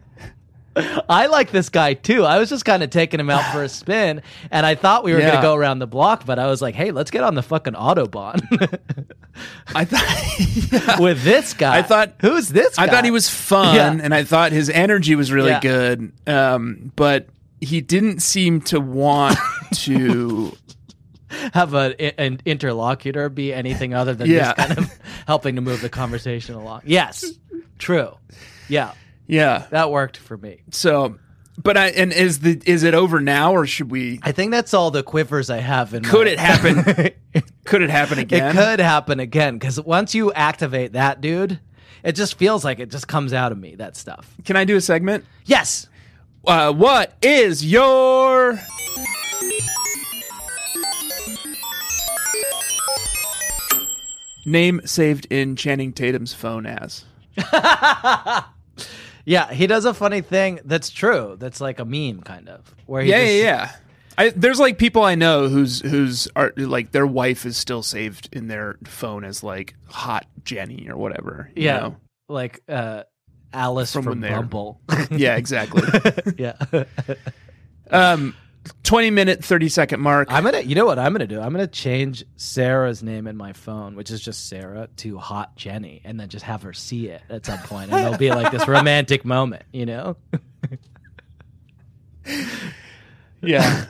[SPEAKER 3] I like this guy too. I was just kind of taking him out for a spin, and I thought we were going
[SPEAKER 2] Yeah.
[SPEAKER 3] to go around the block, but I was like, hey, let's get on the fucking Autobahn
[SPEAKER 2] I thought
[SPEAKER 3] with this guy.
[SPEAKER 2] I thought-
[SPEAKER 3] who's this guy?
[SPEAKER 2] I thought he was fun
[SPEAKER 3] Yeah.
[SPEAKER 2] and I thought his energy was really
[SPEAKER 3] Yeah.
[SPEAKER 2] good. Um, but he didn't seem to want to
[SPEAKER 3] Have a, an interlocutor be anything other than
[SPEAKER 2] Yeah.
[SPEAKER 3] just kind of helping to move the conversation along. Yes, true. Yeah,
[SPEAKER 2] Yeah.
[SPEAKER 3] that worked for me.
[SPEAKER 2] So but I and is the is it over now or should we
[SPEAKER 3] I think that's all the quivers I have in
[SPEAKER 2] could
[SPEAKER 3] my-
[SPEAKER 2] it happen could it happen
[SPEAKER 3] It
[SPEAKER 2] again?
[SPEAKER 3] could happen again because once you activate that dude, it just feels like it just comes out of me, that stuff.
[SPEAKER 2] Can I do a segment?
[SPEAKER 3] Yes.
[SPEAKER 2] Uh, what is your name saved in Channing Tatum's phone as?
[SPEAKER 3] Yeah, he does a funny thing that's true. That's like a meme, kind of. Where he
[SPEAKER 2] yeah,
[SPEAKER 3] just-
[SPEAKER 2] yeah, yeah. I, there's like people I know whose whose are like their wife is still saved in their phone as like hot Jenny or whatever. you
[SPEAKER 3] yeah,
[SPEAKER 2] know?
[SPEAKER 3] like uh, Alice
[SPEAKER 2] From
[SPEAKER 3] from,
[SPEAKER 2] when they're-
[SPEAKER 3] Bumble.
[SPEAKER 2] yeah, exactly.
[SPEAKER 3] yeah,
[SPEAKER 2] um, twenty minute, thirty second mark.
[SPEAKER 3] I'm gonna. You know what I'm gonna do? I'm gonna change Sarah's name in my phone, which is just Sarah, to Hot Jenny, and then just have her see it at some point, and there'll be like this romantic moment, you know?
[SPEAKER 2] yeah.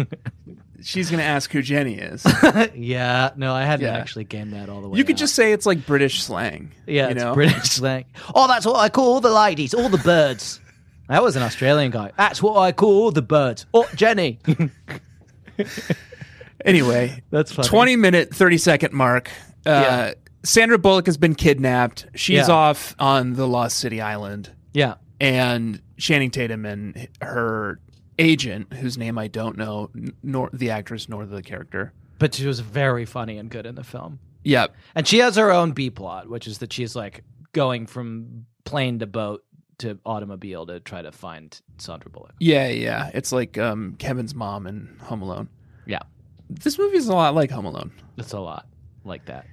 [SPEAKER 2] She's gonna ask who Jenny is.
[SPEAKER 3] yeah. No, I hadn't
[SPEAKER 2] Yeah.
[SPEAKER 3] actually gamed that all the way.
[SPEAKER 2] You could
[SPEAKER 3] out.
[SPEAKER 2] just say it's like British slang.
[SPEAKER 3] Yeah,
[SPEAKER 2] you
[SPEAKER 3] it's
[SPEAKER 2] know?
[SPEAKER 3] British slang. Oh, that's what I call all the ladies, all the birds. That was an Australian guy. That's what I call all the birds. Oh, Jenny.
[SPEAKER 2] Anyway,
[SPEAKER 3] That's funny.
[SPEAKER 2] 20 minute 30 second mark uh,
[SPEAKER 3] Yeah.
[SPEAKER 2] sandra bullock has been kidnapped she's
[SPEAKER 3] Yeah.
[SPEAKER 2] off on the lost city island
[SPEAKER 3] Yeah.
[SPEAKER 2] and channing tatum and her agent whose name i don't know n- nor the actress nor the character
[SPEAKER 3] But she was very funny and good in the film.
[SPEAKER 2] Yep.
[SPEAKER 3] And she has her own B plot, which is that she's like going from plane to boat to automobile to try to find Sandra Bullock.
[SPEAKER 2] Yeah, yeah. It's like um, Kevin's mom in Home Alone.
[SPEAKER 3] Yeah.
[SPEAKER 2] This movie is a lot like Home Alone.
[SPEAKER 3] It's a lot like that.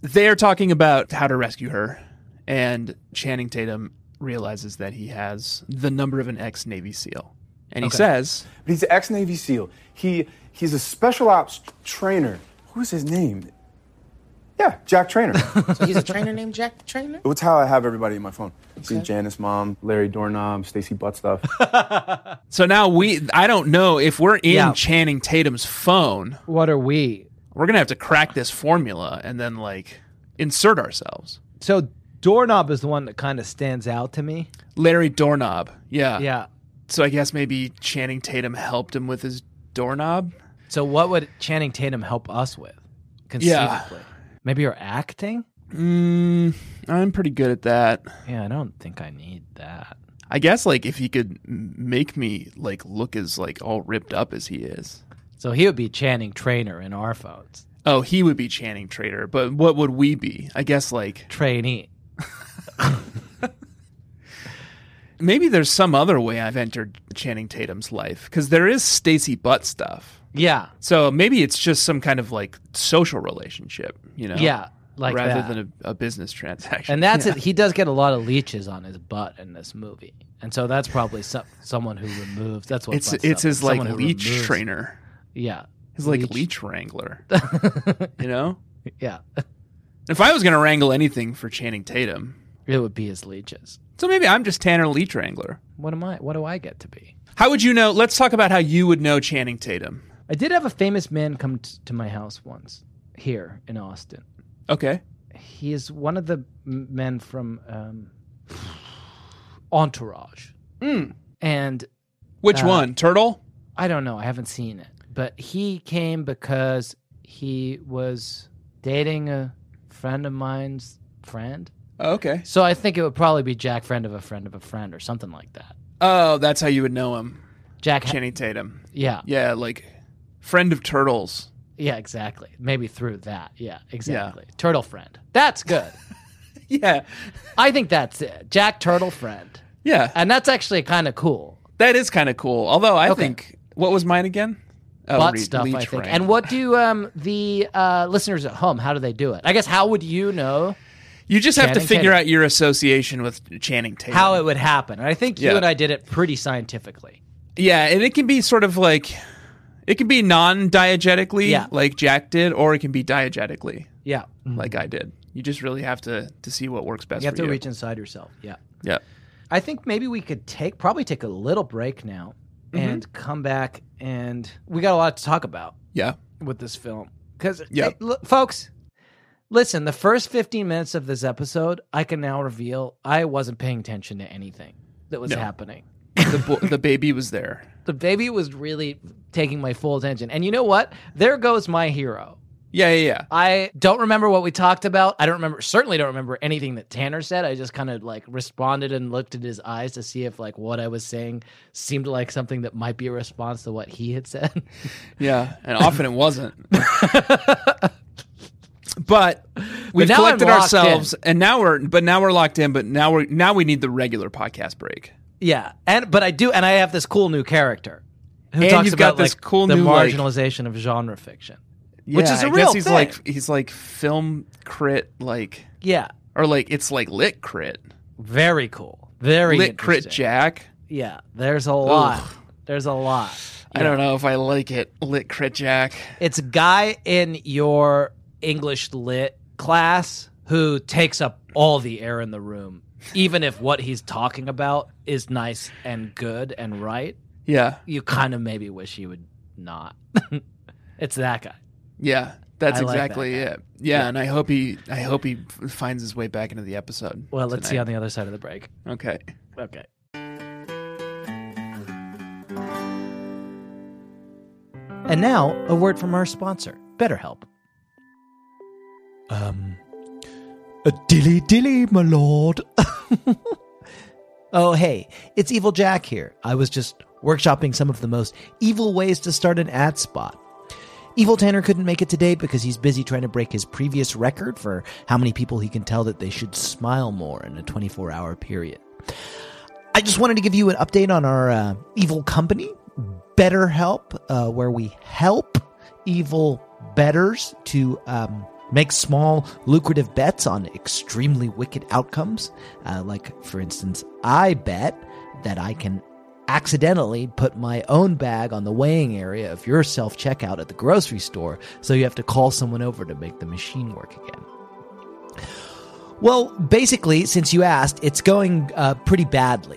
[SPEAKER 2] They are talking about how to rescue her, and Channing Tatum realizes that he has the number of an ex Navy SEAL. And he
[SPEAKER 11] Okay.
[SPEAKER 2] says,
[SPEAKER 11] But he's an ex-Navy SEAL. He he's a special ops trainer. Who's his name? Yeah, Jack Trainer.
[SPEAKER 12] So he's a trainer named Jack the Trainer?
[SPEAKER 11] It's how I have everybody in my phone. See Janice Mom, Larry Doorknob, Stacy Buttstuff.
[SPEAKER 2] So now we, I don't know if we're in
[SPEAKER 11] Yeah.
[SPEAKER 2] Channing Tatum's phone.
[SPEAKER 3] What are we?
[SPEAKER 2] We're going to have to crack this formula and then like insert ourselves.
[SPEAKER 3] So doorknob is the one that kind of stands out to me.
[SPEAKER 2] Larry Doorknob. Yeah.
[SPEAKER 3] Yeah.
[SPEAKER 2] So I guess maybe Channing Tatum helped him with his doorknob.
[SPEAKER 3] So what would Channing Tatum help us with? Conceivably. Maybe you're acting?
[SPEAKER 2] Mm, I'm pretty good at that.
[SPEAKER 3] Yeah, I don't think I need that.
[SPEAKER 2] I guess like if he could m- make me like look as like all ripped up as he is.
[SPEAKER 3] So he would be Channing Trainer in our phones.
[SPEAKER 2] Oh, he would be Channing Trader, but what would we be? I guess like
[SPEAKER 3] trainee.
[SPEAKER 2] Maybe there's some other way I've entered Channing Tatum's life because there is Stacy Butt stuff.
[SPEAKER 3] Yeah.
[SPEAKER 2] So maybe it's just some kind of like social relationship, you know?
[SPEAKER 3] Yeah, like
[SPEAKER 2] rather
[SPEAKER 3] that.
[SPEAKER 2] than a, a business transaction.
[SPEAKER 3] And that's
[SPEAKER 2] Yeah.
[SPEAKER 3] it. He does get a lot of leeches on his butt in this movie. And so that's probably some, someone who removes. That's what
[SPEAKER 2] It's
[SPEAKER 3] butt
[SPEAKER 2] it's
[SPEAKER 3] stuff
[SPEAKER 2] his
[SPEAKER 3] is,
[SPEAKER 2] like
[SPEAKER 3] someone who
[SPEAKER 2] leech
[SPEAKER 3] removes-
[SPEAKER 2] trainer.
[SPEAKER 3] Yeah.
[SPEAKER 2] His like
[SPEAKER 3] Leech.
[SPEAKER 2] leech, wrangler. you know?
[SPEAKER 3] Yeah.
[SPEAKER 2] If I was gonna wrangle anything for Channing Tatum,
[SPEAKER 3] it would be his leeches.
[SPEAKER 2] So maybe I'm just Tanner Leech Wrangler.
[SPEAKER 3] What am I? What do I get to be?
[SPEAKER 2] How would you know? Let's talk about how you would know Channing Tatum.
[SPEAKER 3] I did have a famous man come t- to my house once here in Austin.
[SPEAKER 2] Okay.
[SPEAKER 3] He is one of the m- men from um, Entourage.
[SPEAKER 2] Hmm.
[SPEAKER 3] And
[SPEAKER 2] Which
[SPEAKER 3] Uh,
[SPEAKER 2] one? Turtle?
[SPEAKER 3] I don't know. I haven't seen it. But he came because he was dating a friend of mine's friend.
[SPEAKER 2] Oh, Okay.
[SPEAKER 3] So I think it would probably be Jack, friend of a friend of a friend, or something like that.
[SPEAKER 2] Oh, that's how you would know him.
[SPEAKER 3] Jack
[SPEAKER 2] Channing Tatum.
[SPEAKER 3] Yeah.
[SPEAKER 2] Yeah, like friend of turtles.
[SPEAKER 3] Yeah, exactly. Maybe through that. Yeah, exactly. Turtle friend. That's good.
[SPEAKER 2] yeah.
[SPEAKER 3] I think that's it. Jack Turtle friend.
[SPEAKER 2] Yeah.
[SPEAKER 3] And that's actually kind of cool.
[SPEAKER 2] That is kind of cool. Although I think what was mine again? Oh,
[SPEAKER 3] butt
[SPEAKER 2] Re-
[SPEAKER 3] stuff,
[SPEAKER 2] Leech
[SPEAKER 3] I think.
[SPEAKER 2] Wrangler.
[SPEAKER 3] And what do um, the uh, listeners at home? How do they do it? I guess how would you know
[SPEAKER 2] you just have to
[SPEAKER 3] Channing
[SPEAKER 2] figure
[SPEAKER 3] Tatum.
[SPEAKER 2] out your association with Channing Tatum.
[SPEAKER 3] how it would happen? And I think you
[SPEAKER 2] Yeah.
[SPEAKER 3] and I did it pretty scientifically.
[SPEAKER 2] Yeah, and it can be sort of like it can be non-diegetically
[SPEAKER 3] Yeah.
[SPEAKER 2] like Jack did or it can be diegetically
[SPEAKER 3] Yeah, Mm-hmm.
[SPEAKER 2] like I did. You just really have to to see what works best
[SPEAKER 3] you have
[SPEAKER 2] for
[SPEAKER 3] to
[SPEAKER 2] you.
[SPEAKER 3] reach inside yourself. Yeah,
[SPEAKER 2] yeah.
[SPEAKER 3] I think maybe we could take probably take a little break now
[SPEAKER 2] Mm-hmm.
[SPEAKER 3] and come back, and we got a lot to talk about.
[SPEAKER 2] Yeah.
[SPEAKER 3] with this film because
[SPEAKER 2] Yep.
[SPEAKER 3] folks listen the first 15 minutes of this episode i can now reveal i wasn't paying attention to anything that was
[SPEAKER 2] No.
[SPEAKER 3] happening
[SPEAKER 2] the bo- the baby was there.
[SPEAKER 3] the baby was really taking my full attention and you know what there goes my hero
[SPEAKER 2] Yeah, yeah, yeah.
[SPEAKER 3] i don't remember what we talked about i don't remember certainly don't remember anything that tanner said i just kind of like responded and looked at his eyes to see if like what i was saying seemed like something that might be a response to what he had said
[SPEAKER 2] Yeah, and often it wasn't. but we've
[SPEAKER 3] now I'm
[SPEAKER 2] collected
[SPEAKER 3] locked
[SPEAKER 2] ourselves, and now we're but now we're locked in. But now we're now we need the regular podcast break.
[SPEAKER 3] Yeah, and but I do, and I have this cool new character who
[SPEAKER 2] And
[SPEAKER 3] talks
[SPEAKER 2] you've
[SPEAKER 3] about
[SPEAKER 2] got this
[SPEAKER 3] like,
[SPEAKER 2] cool
[SPEAKER 3] the
[SPEAKER 2] new, like-
[SPEAKER 3] marginalization of genre fiction,
[SPEAKER 2] Yeah,
[SPEAKER 3] which is a
[SPEAKER 2] I
[SPEAKER 3] real
[SPEAKER 2] guess he's
[SPEAKER 3] thing.
[SPEAKER 2] like he's like film crit like
[SPEAKER 3] yeah,
[SPEAKER 2] or like it's like lit crit
[SPEAKER 3] very cool, very
[SPEAKER 2] lit crit
[SPEAKER 3] interesting.
[SPEAKER 2] Jack.
[SPEAKER 3] Yeah, there's a lot.
[SPEAKER 2] Ugh.
[SPEAKER 3] There's a lot.
[SPEAKER 2] I don't know if I like it lit crit Jack.
[SPEAKER 3] It's a guy in your English lit class who takes up all the air in the room, even if what he's talking about is nice and good and right.
[SPEAKER 2] Yeah,
[SPEAKER 3] You kind of maybe wish he would not. it's that guy.
[SPEAKER 2] yeah. That's
[SPEAKER 3] I like that
[SPEAKER 2] exactly
[SPEAKER 3] guy.
[SPEAKER 2] it. Yeah,
[SPEAKER 3] Yeah.
[SPEAKER 2] and I hope he I hope he f- finds his way back into the episode.
[SPEAKER 3] Well, let's see
[SPEAKER 2] tonight.
[SPEAKER 3] on the other side of the break.
[SPEAKER 2] Okay.
[SPEAKER 3] Okay. And now, a word from our sponsor, BetterHelp. Um, a dilly dilly, my lord. oh, hey, it's Evil Jack here. I was just workshopping some of the most evil ways to start an ad spot.
[SPEAKER 13] Evil Tanner couldn't make it today because he's busy trying to break his previous record for how many people he can tell that they should smile more in a 24 hour period. I just wanted to give you an update on our uh, evil company, BetterHelp, uh, where we help evil betters to um, make small, lucrative bets on extremely wicked outcomes. Uh, like, for instance, I bet that I can accidentally put my own bag on the weighing area of your self checkout at the grocery store, so you have to call someone over to make the machine work again. Well, basically, since you asked, it's going uh, pretty badly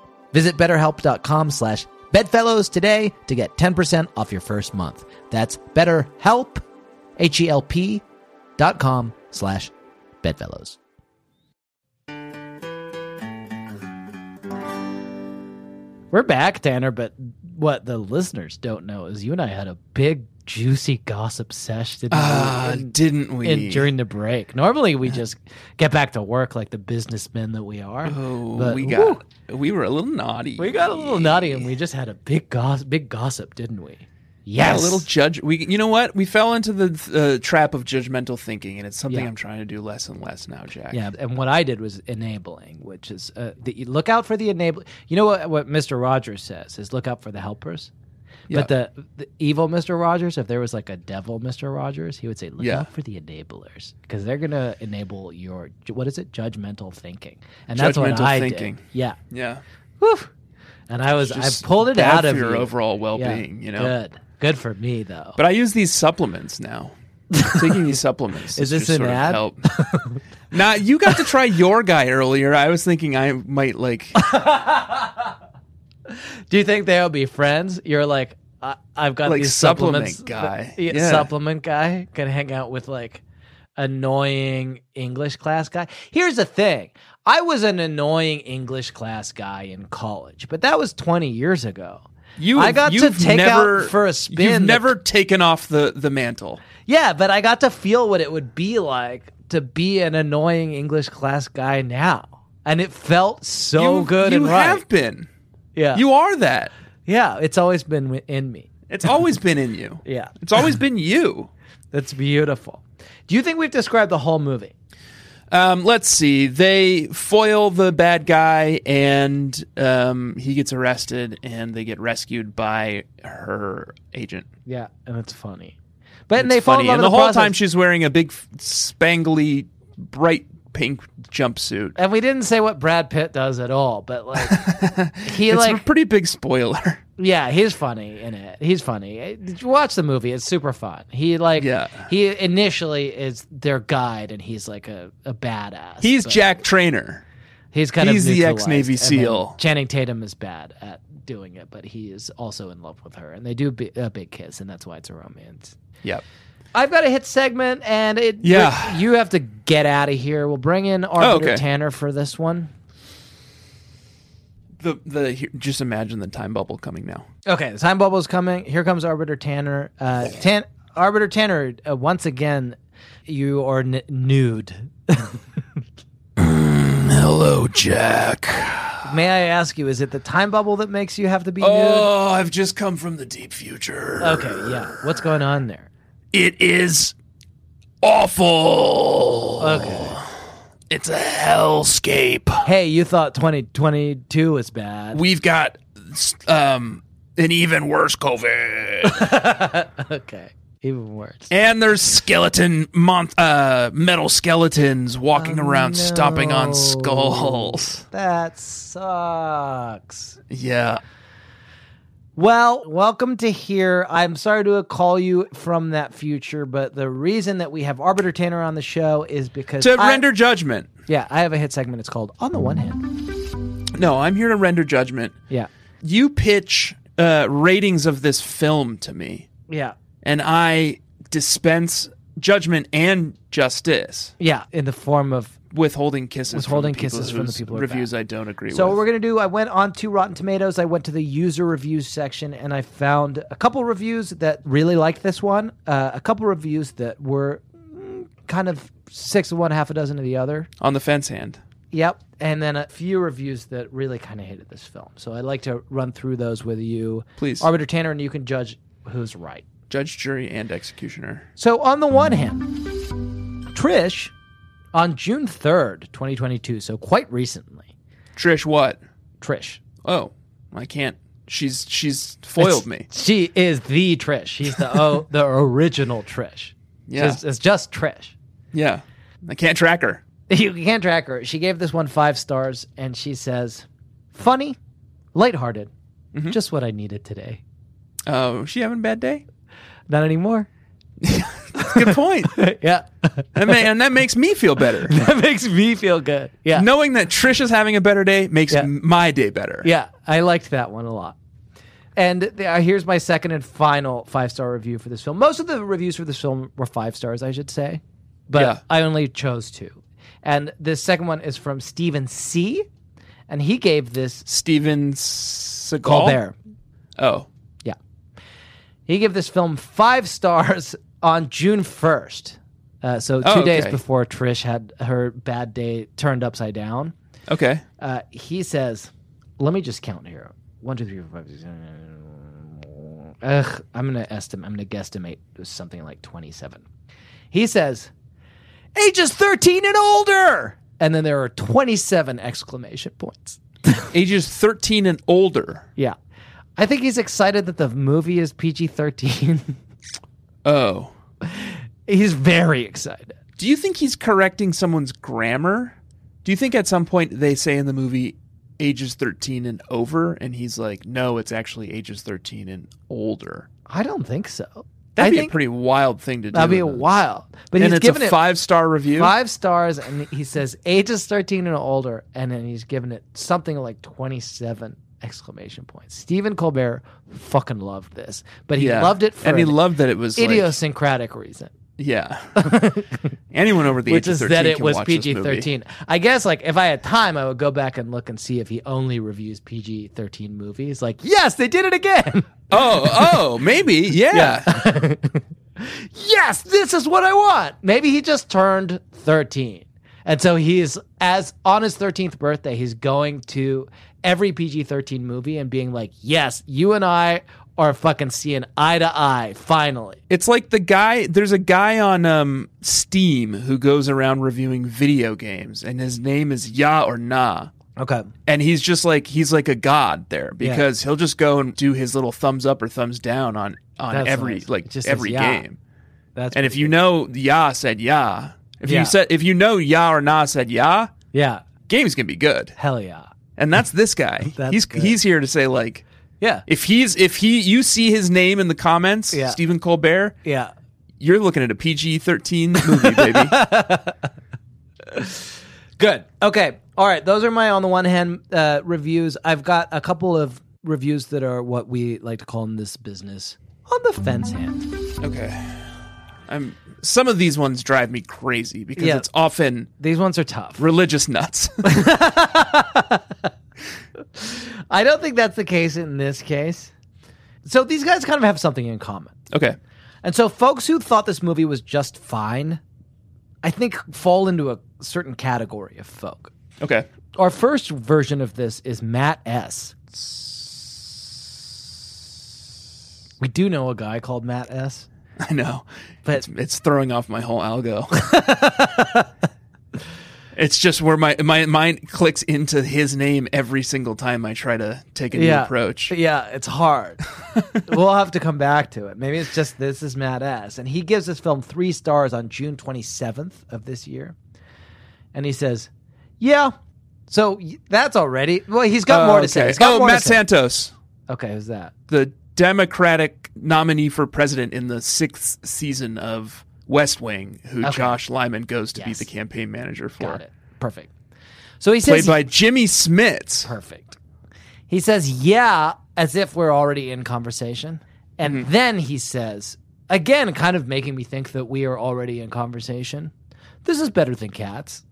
[SPEAKER 13] Visit betterhelp.com slash bedfellows today to get 10% off your first month. That's betterhelp,
[SPEAKER 3] E
[SPEAKER 13] H-E-L-P dot com slash bedfellows.
[SPEAKER 3] We're back, Tanner, but what the listeners don't know is you and I had a big, juicy gossip sesh, didn't
[SPEAKER 2] Ah,
[SPEAKER 3] we? In-
[SPEAKER 2] didn't we?
[SPEAKER 3] in- during the break. Normally, we just get back to work like the businessmen that we are.
[SPEAKER 2] Oh,
[SPEAKER 3] but,
[SPEAKER 2] we
[SPEAKER 3] woo,
[SPEAKER 2] got we were a little naughty.
[SPEAKER 3] we got a little nutty, and we just had a big gossip, big gossip, didn't we? Yes.
[SPEAKER 2] a little judge. We, you know what? We fell into the uh, trap of judgmental thinking, and it's something
[SPEAKER 3] Yeah.
[SPEAKER 2] I'm trying to do less and less now, Jack.
[SPEAKER 3] Yeah, and what I did was enabling, which is uh, the, you look out for the enable. You know what what Mister Rogers says is look out for the helpers.
[SPEAKER 2] Yeah.
[SPEAKER 3] But the, the evil Mister Rogers, if there was like a devil Mister Rogers, he would say look
[SPEAKER 2] Yeah.
[SPEAKER 3] out for the enablers because they're gonna enable your ju- what is it judgmental thinking, and that's what
[SPEAKER 2] Judgmental
[SPEAKER 3] I
[SPEAKER 2] thinking.
[SPEAKER 3] did. Yeah,
[SPEAKER 2] yeah.
[SPEAKER 3] Whew. And I was I
[SPEAKER 2] Just
[SPEAKER 3] pulled it
[SPEAKER 2] bad
[SPEAKER 3] out of
[SPEAKER 2] for your
[SPEAKER 3] you.
[SPEAKER 2] overall
[SPEAKER 3] Yeah,
[SPEAKER 2] well-being, you know?
[SPEAKER 3] good, good for me though.
[SPEAKER 2] But I use these supplements now. Taking these supplements
[SPEAKER 3] Is
[SPEAKER 2] has
[SPEAKER 3] this
[SPEAKER 2] just
[SPEAKER 3] an
[SPEAKER 2] sort of
[SPEAKER 3] ad?
[SPEAKER 2] helped. Nah, you got to try your guy earlier. I was thinking I might like.
[SPEAKER 3] Do you think they'll be friends? You're like, I- I've got
[SPEAKER 2] Like
[SPEAKER 3] these
[SPEAKER 2] supplement
[SPEAKER 3] supplements.
[SPEAKER 2] guy.
[SPEAKER 3] Yeah,
[SPEAKER 2] Yeah.
[SPEAKER 3] Supplement guy can hang out with like annoying English class guy. Here's the thing. I was an annoying English class guy in college, but that was 20 years ago.
[SPEAKER 2] You,
[SPEAKER 3] I got to
[SPEAKER 2] you've
[SPEAKER 3] take
[SPEAKER 2] never,
[SPEAKER 3] out for a
[SPEAKER 2] You've
[SPEAKER 3] spin. the-
[SPEAKER 2] never taken off the the mantle.
[SPEAKER 3] yeah, but I got to feel what it would be like to be an annoying English class guy now. And it felt so
[SPEAKER 2] You-
[SPEAKER 3] good
[SPEAKER 2] You
[SPEAKER 3] and right.
[SPEAKER 2] have been.
[SPEAKER 3] Yeah.
[SPEAKER 2] You are that.
[SPEAKER 3] Yeah, it's always been wi- in me.
[SPEAKER 2] It's always been in you.
[SPEAKER 3] Yeah.
[SPEAKER 2] It's always been you.
[SPEAKER 3] That's beautiful. Do you think we've described the whole movie?
[SPEAKER 2] Um, let's see. They foil the bad guy, and um, he gets arrested, and they get rescued by her agent.
[SPEAKER 3] Yeah, and it's funny. But and
[SPEAKER 2] It's
[SPEAKER 3] they fall in
[SPEAKER 2] funny.
[SPEAKER 3] love
[SPEAKER 2] and
[SPEAKER 3] in
[SPEAKER 2] the,
[SPEAKER 3] the
[SPEAKER 2] whole
[SPEAKER 3] process.
[SPEAKER 2] time she's wearing a big, f- spangly, bright pink jumpsuit.
[SPEAKER 3] and we didn't say what Brad Pitt does at all, but like he
[SPEAKER 2] it's a
[SPEAKER 3] like
[SPEAKER 2] pretty big spoiler.
[SPEAKER 3] yeah, he's funny in it. He's funny. Eh, Did you watch the movie? It's super fun. He like
[SPEAKER 2] Yeah.
[SPEAKER 3] he initially is their guide and he's like a, a badass.
[SPEAKER 2] He's
[SPEAKER 3] but
[SPEAKER 2] Jack Trainer.
[SPEAKER 3] he's kind of
[SPEAKER 2] he's the
[SPEAKER 3] neutralized.
[SPEAKER 2] ex-Navy
[SPEAKER 3] And then
[SPEAKER 2] SEAL.
[SPEAKER 3] Channing Tatum is bad at doing it, but he is also in love with her and they do bi- a big kiss and that's why it's a romance.
[SPEAKER 2] Yep.
[SPEAKER 3] I've got a hit segment, and it.
[SPEAKER 2] Yeah. Oh,
[SPEAKER 3] you have to get out of here. We'll bring in Arbiter
[SPEAKER 2] okay.
[SPEAKER 3] Tanner for this one.
[SPEAKER 2] The the he- just imagine the time bubble coming now.
[SPEAKER 3] Okay, the time bubble is coming. Here comes Arbiter Tanner. Uh, Tan- Arbiter Tanner, uh, once again, you are n- nude.
[SPEAKER 2] Hello, Jack.
[SPEAKER 3] May I ask you, is it the time bubble that makes you have to be
[SPEAKER 2] Oh, I've just come from the deep future.
[SPEAKER 3] nude? Okay, yeah. What's going on there?
[SPEAKER 2] It is awful.
[SPEAKER 3] Okay.
[SPEAKER 2] It's a hellscape.
[SPEAKER 3] Hey, you thought 2022 was bad.
[SPEAKER 2] We've got um an even worse COVID.
[SPEAKER 3] okay. Even worse.
[SPEAKER 2] And there's skeleton mon- uh, metal skeletons walking
[SPEAKER 3] Oh,
[SPEAKER 2] around stomping on skulls.
[SPEAKER 3] That sucks.
[SPEAKER 2] Yeah.
[SPEAKER 3] Well, welcome to here. I'm sorry to call you from that future, but the reason that we have Arbiter Tanner on the show is because
[SPEAKER 2] To
[SPEAKER 3] I-
[SPEAKER 2] render judgment.
[SPEAKER 3] Yeah, I have a hit segment. It's called On the One Hand.
[SPEAKER 2] No, I'm here to render judgment.
[SPEAKER 3] Yeah.
[SPEAKER 2] You pitch uh, ratings of this film to me,
[SPEAKER 3] Yeah,
[SPEAKER 2] and I dispense judgment and justice.
[SPEAKER 3] yeah, in the form of
[SPEAKER 2] withholding kisses,
[SPEAKER 3] Withholding
[SPEAKER 2] from the people
[SPEAKER 3] kisses from the
[SPEAKER 2] whose
[SPEAKER 3] people who are
[SPEAKER 2] reviews I don't agree
[SPEAKER 3] So what
[SPEAKER 2] with.
[SPEAKER 3] we're gonna do. I went on to Rotten Tomatoes. I went to the user reviews section, and I found a couple reviews that really liked this one. Uh, a couple reviews that were mm, kind of six of one, half a dozen of the other.
[SPEAKER 2] on the fence hand.
[SPEAKER 3] Yep. And then a few reviews that really kind of hated this film. So I'd like to run through those with you,
[SPEAKER 2] Please.
[SPEAKER 3] Arbiter Tanner, and you can judge who's right.
[SPEAKER 2] Judge, jury, and executioner.
[SPEAKER 3] So, on the one hand, Trish, on June 3rd, 2022, so quite recently.
[SPEAKER 2] Trish, what?
[SPEAKER 3] Trish.
[SPEAKER 2] Oh, I can't. She's she's foiled
[SPEAKER 3] It's-
[SPEAKER 2] me.
[SPEAKER 3] She is the Trish. She's the oh, the original Trish.
[SPEAKER 2] Yeah.
[SPEAKER 3] It's, it's just Trish.
[SPEAKER 2] Yeah, I can't track her.
[SPEAKER 3] You can't track her. She gave this one five stars, and she says, funny, lighthearted,
[SPEAKER 2] Mm-hmm.
[SPEAKER 3] just what I needed today.
[SPEAKER 2] Oh, she having a bad day?
[SPEAKER 3] Not anymore.
[SPEAKER 2] That's a good point.
[SPEAKER 3] yeah,
[SPEAKER 2] and, ma- and that makes me feel better.
[SPEAKER 3] that makes me feel good. Yeah.
[SPEAKER 2] knowing that Trish is having a better day makes m- my day better.
[SPEAKER 3] Yeah, I liked that one a lot. And th- uh, here's my second and final five star review for this film. Most of the reviews for this film were five stars, I should say, but
[SPEAKER 2] Yeah.
[SPEAKER 3] I only chose two. And the second one is from Stephen C. And he gave this
[SPEAKER 2] Steven Seagal.
[SPEAKER 3] Colbert.
[SPEAKER 2] Oh,
[SPEAKER 3] Yeah. He gave this film five stars on June 1st. Uh, so two
[SPEAKER 2] Oh,
[SPEAKER 3] days
[SPEAKER 2] okay.
[SPEAKER 3] before Trish had her bad day turned upside down.
[SPEAKER 2] okay.
[SPEAKER 3] Uh, he says, "Let me just count here. One, two, three, four, five, six, seven, eight, nine, Ugh, I'm gonna estimate. I'm gonna guesstimate it was something like 27." He says, "Ages 13 and older," and then there are 27 exclamation points.
[SPEAKER 2] Ages thirteen and older.
[SPEAKER 3] Yeah, I think he's excited that the movie is PG-13.
[SPEAKER 2] Oh,
[SPEAKER 3] he's very excited.
[SPEAKER 2] do you think he's correcting someone's grammar? Do you think at some point they say in the movie ages thirteen and over, and he's like, no, it's actually ages thirteen and older.
[SPEAKER 3] I don't think so.
[SPEAKER 2] That'd
[SPEAKER 3] I
[SPEAKER 2] be a
[SPEAKER 3] think
[SPEAKER 2] pretty wild thing to do.
[SPEAKER 3] that'd be
[SPEAKER 2] in
[SPEAKER 3] a
[SPEAKER 2] a-
[SPEAKER 3] while. But
[SPEAKER 2] and
[SPEAKER 3] he's
[SPEAKER 2] it's
[SPEAKER 3] given
[SPEAKER 2] a
[SPEAKER 3] it
[SPEAKER 2] five star review.
[SPEAKER 3] Five stars, and he says ages 13 and older, and then he's given it something like 27 exclamation points. Stephen Colbert fucking loved this, but he
[SPEAKER 2] Yeah.
[SPEAKER 3] loved it for
[SPEAKER 2] and he
[SPEAKER 3] an
[SPEAKER 2] loved that it was like-
[SPEAKER 3] idiosyncratic reason,
[SPEAKER 2] yeah. Anyone over the
[SPEAKER 3] which
[SPEAKER 2] age
[SPEAKER 3] is
[SPEAKER 2] of thirteen
[SPEAKER 3] that it
[SPEAKER 2] can
[SPEAKER 3] was
[SPEAKER 2] watch this
[SPEAKER 3] PG
[SPEAKER 2] movie.
[SPEAKER 3] 13. I guess, like, if I had time, I would go back and look and see if he only reviews PG 13 movies. Like, yes, they did it again.
[SPEAKER 2] Oh, oh, maybe, yeah.
[SPEAKER 3] yes, this is what I want. Maybe he just turned 13. And so he is as on his 13th birthday, he's going to every PG-13 movie and being like, "Yes, you and I are fucking seeing eye to eye finally."
[SPEAKER 2] It's like the guy. There's a guy on um, Steam who goes around reviewing video games, and his name is Ya or Nah,
[SPEAKER 3] Okay.
[SPEAKER 2] and he's just like he's like a god there
[SPEAKER 3] Yeah.
[SPEAKER 2] because he'll just go and do his little thumbs up or thumbs down on on
[SPEAKER 3] That's
[SPEAKER 2] every
[SPEAKER 3] nice.
[SPEAKER 2] like
[SPEAKER 3] It just says
[SPEAKER 2] every
[SPEAKER 3] Ya.
[SPEAKER 2] game.
[SPEAKER 3] That's
[SPEAKER 2] and if you know Ya said Ya, if
[SPEAKER 3] Yeah.
[SPEAKER 2] you said if you know Ya or Nah said Ya,
[SPEAKER 3] Yeah.
[SPEAKER 2] game's gonna be good.
[SPEAKER 3] Hell yeah.
[SPEAKER 2] And that's this guy.
[SPEAKER 3] That's
[SPEAKER 2] he's
[SPEAKER 3] good.
[SPEAKER 2] he's here to say like
[SPEAKER 3] Yeah.
[SPEAKER 2] if he's if he you see his name in the comments,
[SPEAKER 3] Yeah.
[SPEAKER 2] Stephen Colbert,
[SPEAKER 3] Yeah.
[SPEAKER 2] you're looking at a PG thirteen movie, baby.
[SPEAKER 3] Good. Okay. All right. Those are my on the one hand uh, reviews. I've got a couple of reviews that are what we like to call in this business on the fence hand.
[SPEAKER 2] Okay. I'm some of these ones drive me crazy because
[SPEAKER 3] Yeah.
[SPEAKER 2] it's often
[SPEAKER 3] These ones are tough.
[SPEAKER 2] religious nuts.
[SPEAKER 3] I don't think that's the case in this case. So these guys kind of have something in common.
[SPEAKER 2] okay.
[SPEAKER 3] And so folks who thought this movie was just fine, I think fall into a certain category of folk.
[SPEAKER 2] Okay.
[SPEAKER 3] Our first version of this is Matt S. We do know a guy called Matt S.
[SPEAKER 2] I know.
[SPEAKER 3] But-
[SPEAKER 2] it's, it's throwing off my whole algo. It's just where my my mind clicks into his name every single time I try to take a new approach.
[SPEAKER 3] Yeah, it's hard. we'll have to come back to it. Maybe it's just this is Mad Ass. And he gives this film three stars on June 27th of this year. And he says, Yeah, so y- that's already. Well, he's got
[SPEAKER 2] Oh,
[SPEAKER 3] more
[SPEAKER 2] okay.
[SPEAKER 3] to say. He's got
[SPEAKER 2] oh,
[SPEAKER 3] more to
[SPEAKER 2] Matt
[SPEAKER 3] say.
[SPEAKER 2] Santos,
[SPEAKER 3] Okay, who's that?
[SPEAKER 2] the Democratic nominee for president in the sixth season of West Wing, who
[SPEAKER 3] Okay.
[SPEAKER 2] Josh Lyman goes to be the campaign manager for.
[SPEAKER 3] Got it. Perfect. So he
[SPEAKER 2] played
[SPEAKER 3] says.
[SPEAKER 2] by Jimmy Smits.
[SPEAKER 3] Perfect. He says, yeah, as if we're already in conversation. And
[SPEAKER 2] Mm-hmm.
[SPEAKER 3] then he says, again, kind of making me think that we are already in conversation. This is better than cats.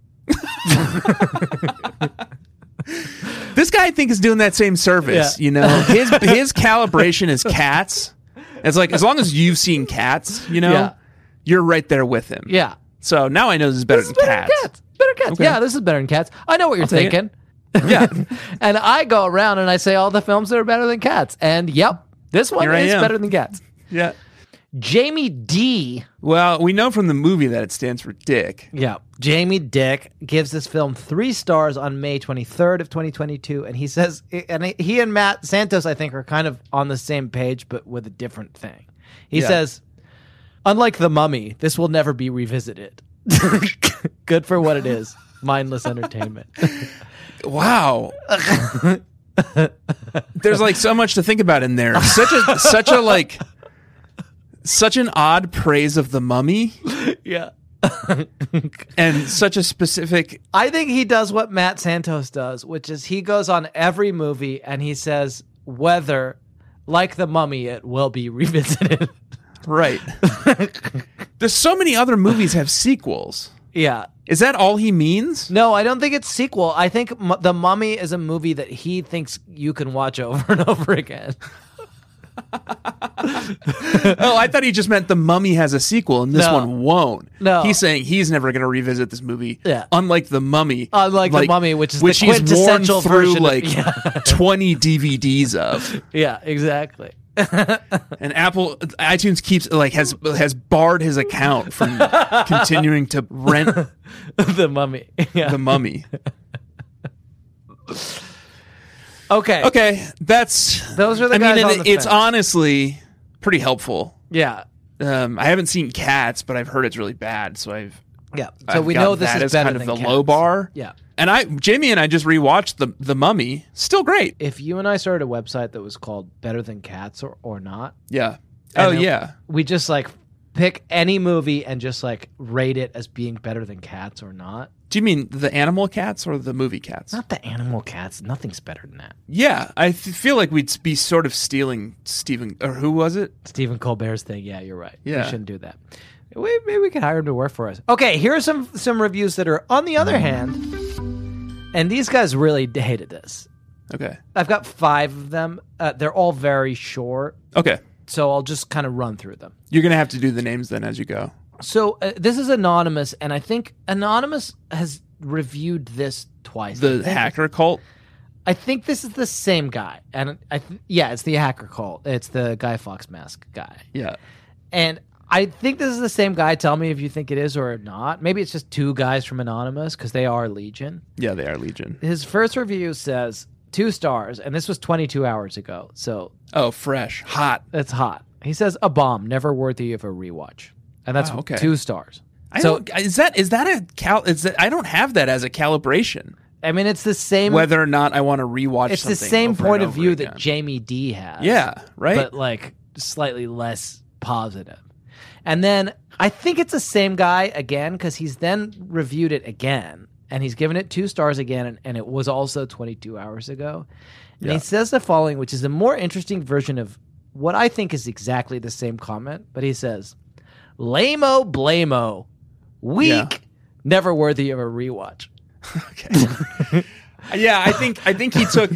[SPEAKER 2] This guy, I think, is doing that same service.
[SPEAKER 3] Yeah.
[SPEAKER 2] You know, his his calibration is cats. It's like as long as you've seen cats, you know,
[SPEAKER 3] Yeah.
[SPEAKER 2] you're right there with him.
[SPEAKER 3] Yeah.
[SPEAKER 2] So now I know this is better than cats.
[SPEAKER 3] Better than cats.
[SPEAKER 2] Okay.
[SPEAKER 3] Yeah, this is better than cats. I know what you're
[SPEAKER 2] I'll take it.
[SPEAKER 3] thinking. Yeah. and I go around and I say all the films that are better than cats. And yep, this one
[SPEAKER 2] Here I
[SPEAKER 3] is
[SPEAKER 2] am.
[SPEAKER 3] better than cats.
[SPEAKER 2] Yeah.
[SPEAKER 3] Jamie D.
[SPEAKER 2] Well, we know from the movie that it stands for dick.
[SPEAKER 3] Yeah. Jamie Dick gives this film three stars on May 23rd of 2022. And he says, and he and Matt Santos, I think, are kind of on the same page, but with a different thing. He
[SPEAKER 2] Yeah.
[SPEAKER 3] says, unlike The Mummy, this will never be revisited. Good for what it is mindless entertainment.
[SPEAKER 2] Wow. There's like so much to think about in there. Such a such a like such an odd praise of the mummy
[SPEAKER 3] yeah.
[SPEAKER 2] and such a specific
[SPEAKER 3] I think he does what Matt Santos does, which is he goes on every movie and he says whether, like the mummy, it will be revisited.
[SPEAKER 2] right. There's so many other movies have sequels.
[SPEAKER 3] yeah.
[SPEAKER 2] Is that all he means?
[SPEAKER 3] No, I don't think it's sequel. I think M- the Mummy is a movie that he thinks you can watch over and over again.
[SPEAKER 2] Oh, I thought he just meant the mummy has a sequel and this
[SPEAKER 3] No.
[SPEAKER 2] one won't.
[SPEAKER 3] No.
[SPEAKER 2] He's saying he's never going to revisit this movie.
[SPEAKER 3] Yeah.
[SPEAKER 2] Unlike the mummy.
[SPEAKER 3] Unlike The Mummy, which is the
[SPEAKER 2] which he's worn
[SPEAKER 3] quintessential
[SPEAKER 2] through
[SPEAKER 3] version of-
[SPEAKER 2] like
[SPEAKER 3] Yeah.
[SPEAKER 2] 20 DVDs of.
[SPEAKER 3] Yeah, exactly.
[SPEAKER 2] And Apple iTunes keeps like has has barred his account from continuing to rent
[SPEAKER 3] the Mummy. Yeah.
[SPEAKER 2] the mummy.
[SPEAKER 3] Okay.
[SPEAKER 2] Okay, that's
[SPEAKER 3] Those are the
[SPEAKER 2] I
[SPEAKER 3] guys
[SPEAKER 2] mean,
[SPEAKER 3] on
[SPEAKER 2] it-
[SPEAKER 3] the
[SPEAKER 2] it's
[SPEAKER 3] fence.
[SPEAKER 2] honestly pretty helpful.
[SPEAKER 3] Yeah.
[SPEAKER 2] Um, I haven't seen Cats, but I've heard it's really bad, so I've
[SPEAKER 3] Yeah. So
[SPEAKER 2] I've
[SPEAKER 3] we
[SPEAKER 2] got
[SPEAKER 3] know this
[SPEAKER 2] that
[SPEAKER 3] is
[SPEAKER 2] as
[SPEAKER 3] better
[SPEAKER 2] kind of
[SPEAKER 3] than
[SPEAKER 2] the
[SPEAKER 3] Cats.
[SPEAKER 2] low bar.
[SPEAKER 3] Yeah.
[SPEAKER 2] And I, Jamie and I just rewatched the the Mummy. Still great.
[SPEAKER 3] If you and I started a website that was called Better Than Cats or, or Not,
[SPEAKER 2] Yeah. Oh
[SPEAKER 3] and it-
[SPEAKER 2] yeah.
[SPEAKER 3] we just like pick any movie and just like rate it as being better than Cats or Not.
[SPEAKER 2] Do you mean the animal cats or the movie cats?
[SPEAKER 3] Not the animal cats. Nothing's better than that.
[SPEAKER 2] Yeah, I f- feel like we'd be sort of stealing Stephen or who was it?
[SPEAKER 3] Stephen Colbert's thing. Yeah, you're right.
[SPEAKER 2] Yeah.
[SPEAKER 3] We shouldn't do that. We, maybe we could hire him to work for us. Okay, here are some some reviews that are on the other hand, and these guys really d- hated this.
[SPEAKER 2] Okay.
[SPEAKER 3] I've got five of them. Uh, they're all very short,
[SPEAKER 2] Okay.
[SPEAKER 3] so I'll just kind of run through them.
[SPEAKER 2] You're going to have to do the names then as you go.
[SPEAKER 3] So uh, this is anonymous, and I think anonymous has reviewed this twice. I
[SPEAKER 2] The
[SPEAKER 3] think-
[SPEAKER 2] hacker cult?
[SPEAKER 3] I think this is the same guy, and I th- yeah, it's the hacker cult. It's the Guy Fox mask guy.
[SPEAKER 2] Yeah.
[SPEAKER 3] And I think this is the same guy. Tell me if you think it is or not. Maybe it's just two guys from Anonymous because they are Legion.
[SPEAKER 2] Yeah, they are Legion.
[SPEAKER 3] His first review says two stars, and this was 22 hours ago. So
[SPEAKER 2] Oh, fresh, hot.
[SPEAKER 3] that's hot. He says a bomb, never worthy of a rewatch. And that's
[SPEAKER 2] Wow, Ah, okay.
[SPEAKER 3] two stars.
[SPEAKER 2] I
[SPEAKER 3] so,
[SPEAKER 2] don't, is that is that a cal? Is that I don't have that as a calibration.
[SPEAKER 3] I mean, it's the same.
[SPEAKER 2] Whether or not I want to rewatch,
[SPEAKER 3] it's the
[SPEAKER 2] something
[SPEAKER 3] same
[SPEAKER 2] over and
[SPEAKER 3] point of
[SPEAKER 2] over
[SPEAKER 3] view
[SPEAKER 2] again.
[SPEAKER 3] that Jamie D has.
[SPEAKER 2] Yeah, right?
[SPEAKER 3] But like slightly less positive. And then I think it's the same guy again because he's then reviewed it again and he's given it two stars again and, and it was also 22 hours ago. And he says the following, which is a more interesting version of what I think is exactly the same comment, but he says, Lamo Blamo, weak,
[SPEAKER 2] Yeah.
[SPEAKER 3] never worthy of a rewatch.
[SPEAKER 2] yeah, I think I think he took.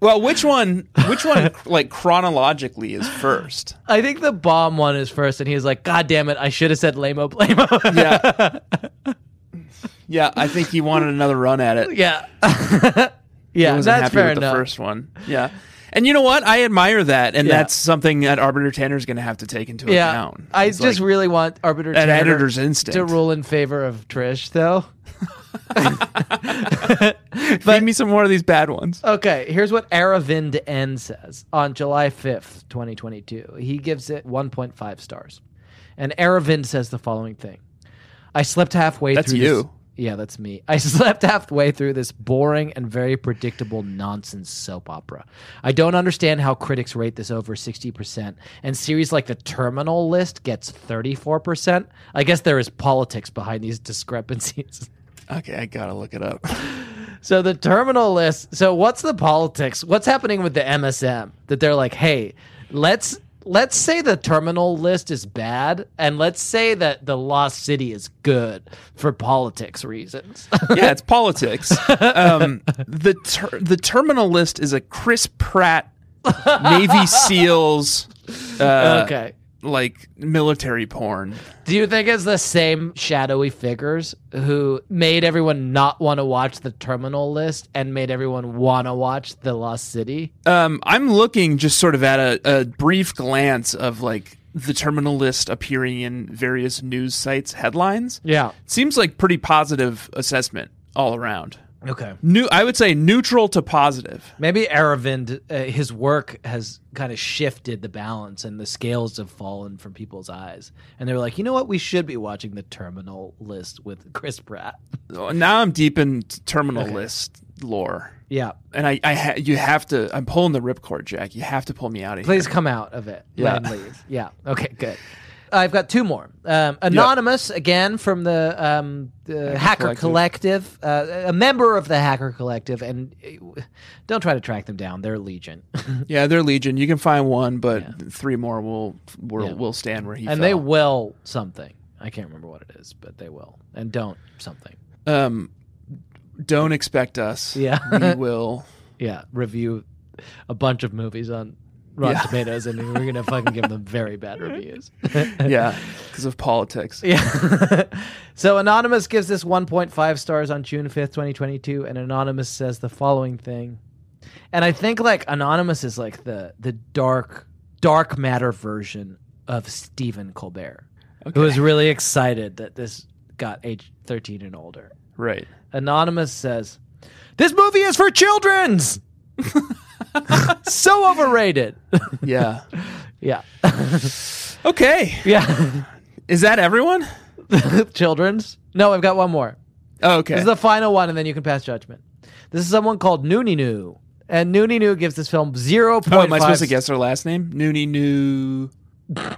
[SPEAKER 2] well, which one? Which one? Like chronologically is first.
[SPEAKER 3] I think the bomb one is first, and he's like, "God damn it! I should have said lamo blamo."
[SPEAKER 2] Yeah. Yeah, I think he wanted another run at it.
[SPEAKER 3] yeah,
[SPEAKER 2] He
[SPEAKER 3] yeah.
[SPEAKER 2] wasn't
[SPEAKER 3] That's
[SPEAKER 2] happy
[SPEAKER 3] fair
[SPEAKER 2] with
[SPEAKER 3] enough.
[SPEAKER 2] the first one. Yeah. And you know what? I admire that, and
[SPEAKER 3] Yeah.
[SPEAKER 2] that's something that Arbiter Tanner's going to have to take into
[SPEAKER 3] yeah,
[SPEAKER 2] account.
[SPEAKER 3] I
[SPEAKER 2] It's
[SPEAKER 3] just
[SPEAKER 2] like,
[SPEAKER 3] really want arbiter
[SPEAKER 2] An
[SPEAKER 3] Tanner
[SPEAKER 2] editor's instinct.
[SPEAKER 3] to rule in favor of Trish, though.
[SPEAKER 2] Feed me some more of these bad ones.
[SPEAKER 3] Okay, here's what Aravind N says on July 5th, 2022. He gives it 1.5 stars. And Aravind says the following thing I slept halfway
[SPEAKER 2] That's
[SPEAKER 3] through. This,
[SPEAKER 2] you.
[SPEAKER 3] yeah, that's me. I slept halfway through this boring and very predictable nonsense soap opera. I don't understand how critics rate this over 60%, and series like The Terminal List gets 34%. I guess there is politics behind these discrepancies.
[SPEAKER 2] Okay, I gotta look it up.
[SPEAKER 3] So the terminal list. So what's the politics? What's happening with the MSM that they're like, hey, let's let's say the terminal list is bad, and let's say that the Lost City is good for politics reasons.
[SPEAKER 2] yeah, it's politics. Um, the ter- the terminal list is a Chris Pratt Navy SEALs. Uh,
[SPEAKER 3] Okay.
[SPEAKER 2] Like military porn.
[SPEAKER 3] Do you think it's the same shadowy figures who made everyone not want to watch the terminal list and made everyone want to watch the Lost City?
[SPEAKER 2] Um, I'm looking just sort of at a, a brief glance of like the terminal list appearing in various news sites headlines.
[SPEAKER 3] Yeah.
[SPEAKER 2] Seems like pretty positive assessment all around.
[SPEAKER 3] Okay.
[SPEAKER 2] New, I would say neutral to positive.
[SPEAKER 3] Maybe Aravind, uh, his work has kind of shifted the balance and the scales have fallen from people's eyes. And they were like, you know what? We should be watching the terminal list with Chris Pratt.
[SPEAKER 2] Oh, Now I'm deep in t- terminal
[SPEAKER 3] Okay.
[SPEAKER 2] list lore.
[SPEAKER 3] Yeah.
[SPEAKER 2] And I, I ha- you have to. I'm pulling the ripcord, Jack. You have to pull me out of
[SPEAKER 3] Please
[SPEAKER 2] here.
[SPEAKER 3] come out of it.
[SPEAKER 2] Yeah.
[SPEAKER 3] Yeah. And leave. Yeah. Okay, good. I've got two more. Um, Anonymous, again, from the, um, the Hacker
[SPEAKER 2] Hacker
[SPEAKER 3] Collective, uh, a member of the Hacker Collective. And uh, don't try to track them down, they're Legion.
[SPEAKER 2] Yeah, they're legion. You can find one, but three more will will will stand where he.
[SPEAKER 3] and
[SPEAKER 2] fell.
[SPEAKER 3] they will something. I can't remember what it is, but they will. And don't something.
[SPEAKER 2] Um, don't expect us.
[SPEAKER 3] Yeah.
[SPEAKER 2] we will.
[SPEAKER 3] yeah, review a bunch of movies on Rotten
[SPEAKER 2] Yeah.
[SPEAKER 3] Tomatoes, and we're gonna fucking give them very bad reviews.
[SPEAKER 2] Yeah, because of politics.
[SPEAKER 3] Yeah. so Anonymous gives this 1.5 stars on June 5th, 2022, and Anonymous says the following thing. And I think like Anonymous is like the the dark dark matter version of Stephen Colbert, who was really excited that this got age 13 and older.
[SPEAKER 2] Right.
[SPEAKER 3] Anonymous says, "This movie is for children's." so overrated.
[SPEAKER 2] Yeah.
[SPEAKER 3] yeah.
[SPEAKER 2] Okay.
[SPEAKER 3] Yeah.
[SPEAKER 2] Is that everyone?
[SPEAKER 3] children's? No, I've got one more.
[SPEAKER 2] Oh, okay.
[SPEAKER 3] This is the final one, and then you can pass judgment. This is someone called Noonie Noo. And Noonie Noo gives this film 0.5.
[SPEAKER 2] oh, am I supposed to guess their last name? Noonie Noo.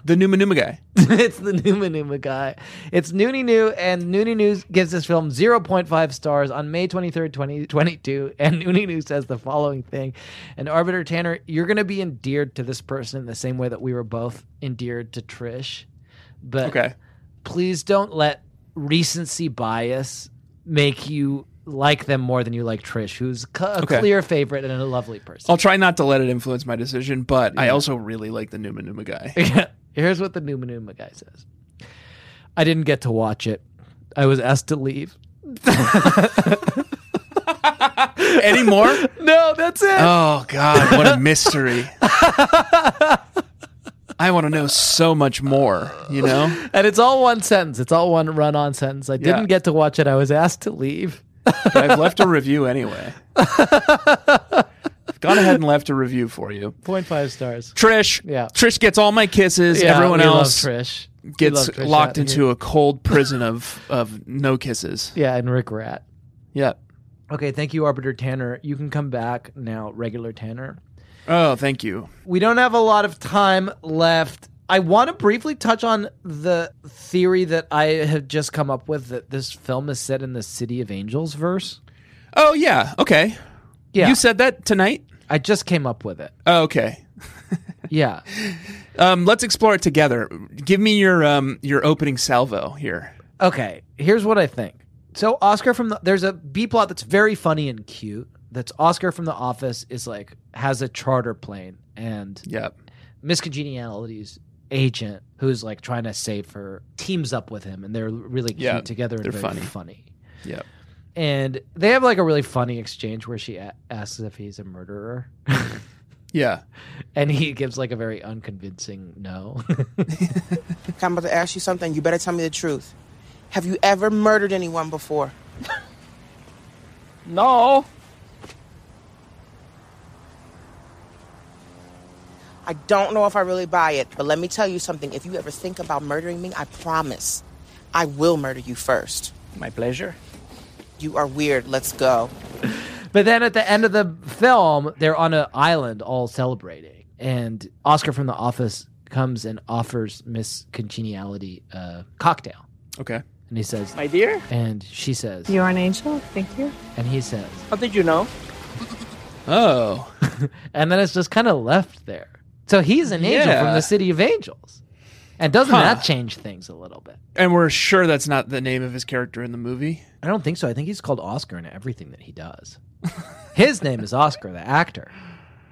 [SPEAKER 2] The Numa Numa guy.
[SPEAKER 3] it's the Numa Numa guy. It's Noonie Noo, and Noonie Noo gives this film 0.5 stars on May 23rd, 2022. And Noonie Noo says the following thing And Arbiter Tanner, you're going to be endeared to this person in the same way that we were both endeared to Trish. But
[SPEAKER 2] Okay.
[SPEAKER 3] please don't let recency bias make you like them more than you like Trish, who's c- a
[SPEAKER 2] Okay.
[SPEAKER 3] clear favorite and a lovely person.
[SPEAKER 2] I'll try not to let it influence my decision, but I also really like the Numa Numa guy.
[SPEAKER 3] Here's what the Numa Numa guy says I didn't get to watch it, I was asked to leave.
[SPEAKER 2] Any more?
[SPEAKER 3] No, that's it.
[SPEAKER 2] Oh God, what a mystery! I want to know so much more. You know,
[SPEAKER 3] And it's all one sentence. It's all one run on sentence. I didn't
[SPEAKER 2] Yeah.
[SPEAKER 3] get to watch it. I was asked to leave.
[SPEAKER 2] But I've left a review anyway. I've gone ahead and left a review for you,
[SPEAKER 3] 0.5 stars.
[SPEAKER 2] Trish.
[SPEAKER 3] Yeah.
[SPEAKER 2] Trish gets all my kisses.
[SPEAKER 3] Yeah,
[SPEAKER 2] Everyone
[SPEAKER 3] we love
[SPEAKER 2] else
[SPEAKER 3] Trish. We love
[SPEAKER 2] gets
[SPEAKER 3] Trish out
[SPEAKER 2] locked into
[SPEAKER 3] here.
[SPEAKER 2] a cold prison of of no kisses.
[SPEAKER 3] Yeah, and Rick Rat.
[SPEAKER 2] Yeah.
[SPEAKER 3] Okay, thank you, Arbiter Tanner. You can come back now, regular Tanner.
[SPEAKER 2] Oh, thank you.
[SPEAKER 3] We don't have a lot of time left. I want to briefly touch on the theory that I have just come up with that this film is set in the City of Angels verse.
[SPEAKER 2] Oh yeah. Okay.
[SPEAKER 3] Yeah.
[SPEAKER 2] You said that tonight.
[SPEAKER 3] I just came up with it.
[SPEAKER 2] Oh, okay.
[SPEAKER 3] Yeah.
[SPEAKER 2] Um, let's explore it together. Give me your um your opening salvo here.
[SPEAKER 3] Okay, here's what I think. So Oscar from the there's a B plot that's very funny and cute. That's Oscar from the Office is like has a charter plane and
[SPEAKER 2] Yep.
[SPEAKER 3] Miss Congeniality's agent who's like trying to save her teams up with him and they're really cute
[SPEAKER 2] Yeah,
[SPEAKER 3] together and
[SPEAKER 2] they're
[SPEAKER 3] very
[SPEAKER 2] funny.
[SPEAKER 3] funny.
[SPEAKER 2] Yep.
[SPEAKER 3] And they have like a really funny exchange where she a- asks if he's a murderer.
[SPEAKER 2] Yeah.
[SPEAKER 3] and he gives like a very unconvincing no.
[SPEAKER 12] I'm about to ask you something. You better tell me the truth. Have you ever murdered anyone before?
[SPEAKER 14] No.
[SPEAKER 12] I don't know if I really buy it, but let me tell you something. If you ever think about murdering me, I promise I will murder you first.
[SPEAKER 14] My pleasure.
[SPEAKER 12] You are weird. Let's go.
[SPEAKER 3] But then at the end of the film, they're on an island all celebrating, and Oscar from The Office comes and offers Miss Congeniality a cocktail.
[SPEAKER 2] Okay.
[SPEAKER 3] And he says,
[SPEAKER 14] My dear?
[SPEAKER 3] And she says,
[SPEAKER 8] You're an angel. Thank you.
[SPEAKER 3] And he says,
[SPEAKER 14] How did you know?
[SPEAKER 2] Oh.
[SPEAKER 3] and then it's just kind of left there. So he's an angel
[SPEAKER 2] Yeah.
[SPEAKER 3] from the city of angels. And doesn't
[SPEAKER 2] Huh.
[SPEAKER 3] that change things a little bit?
[SPEAKER 2] And we're sure that's not the name of his character in the movie.
[SPEAKER 3] I don't think so. I think he's called Oscar in everything that he does. His name is Oscar, the actor.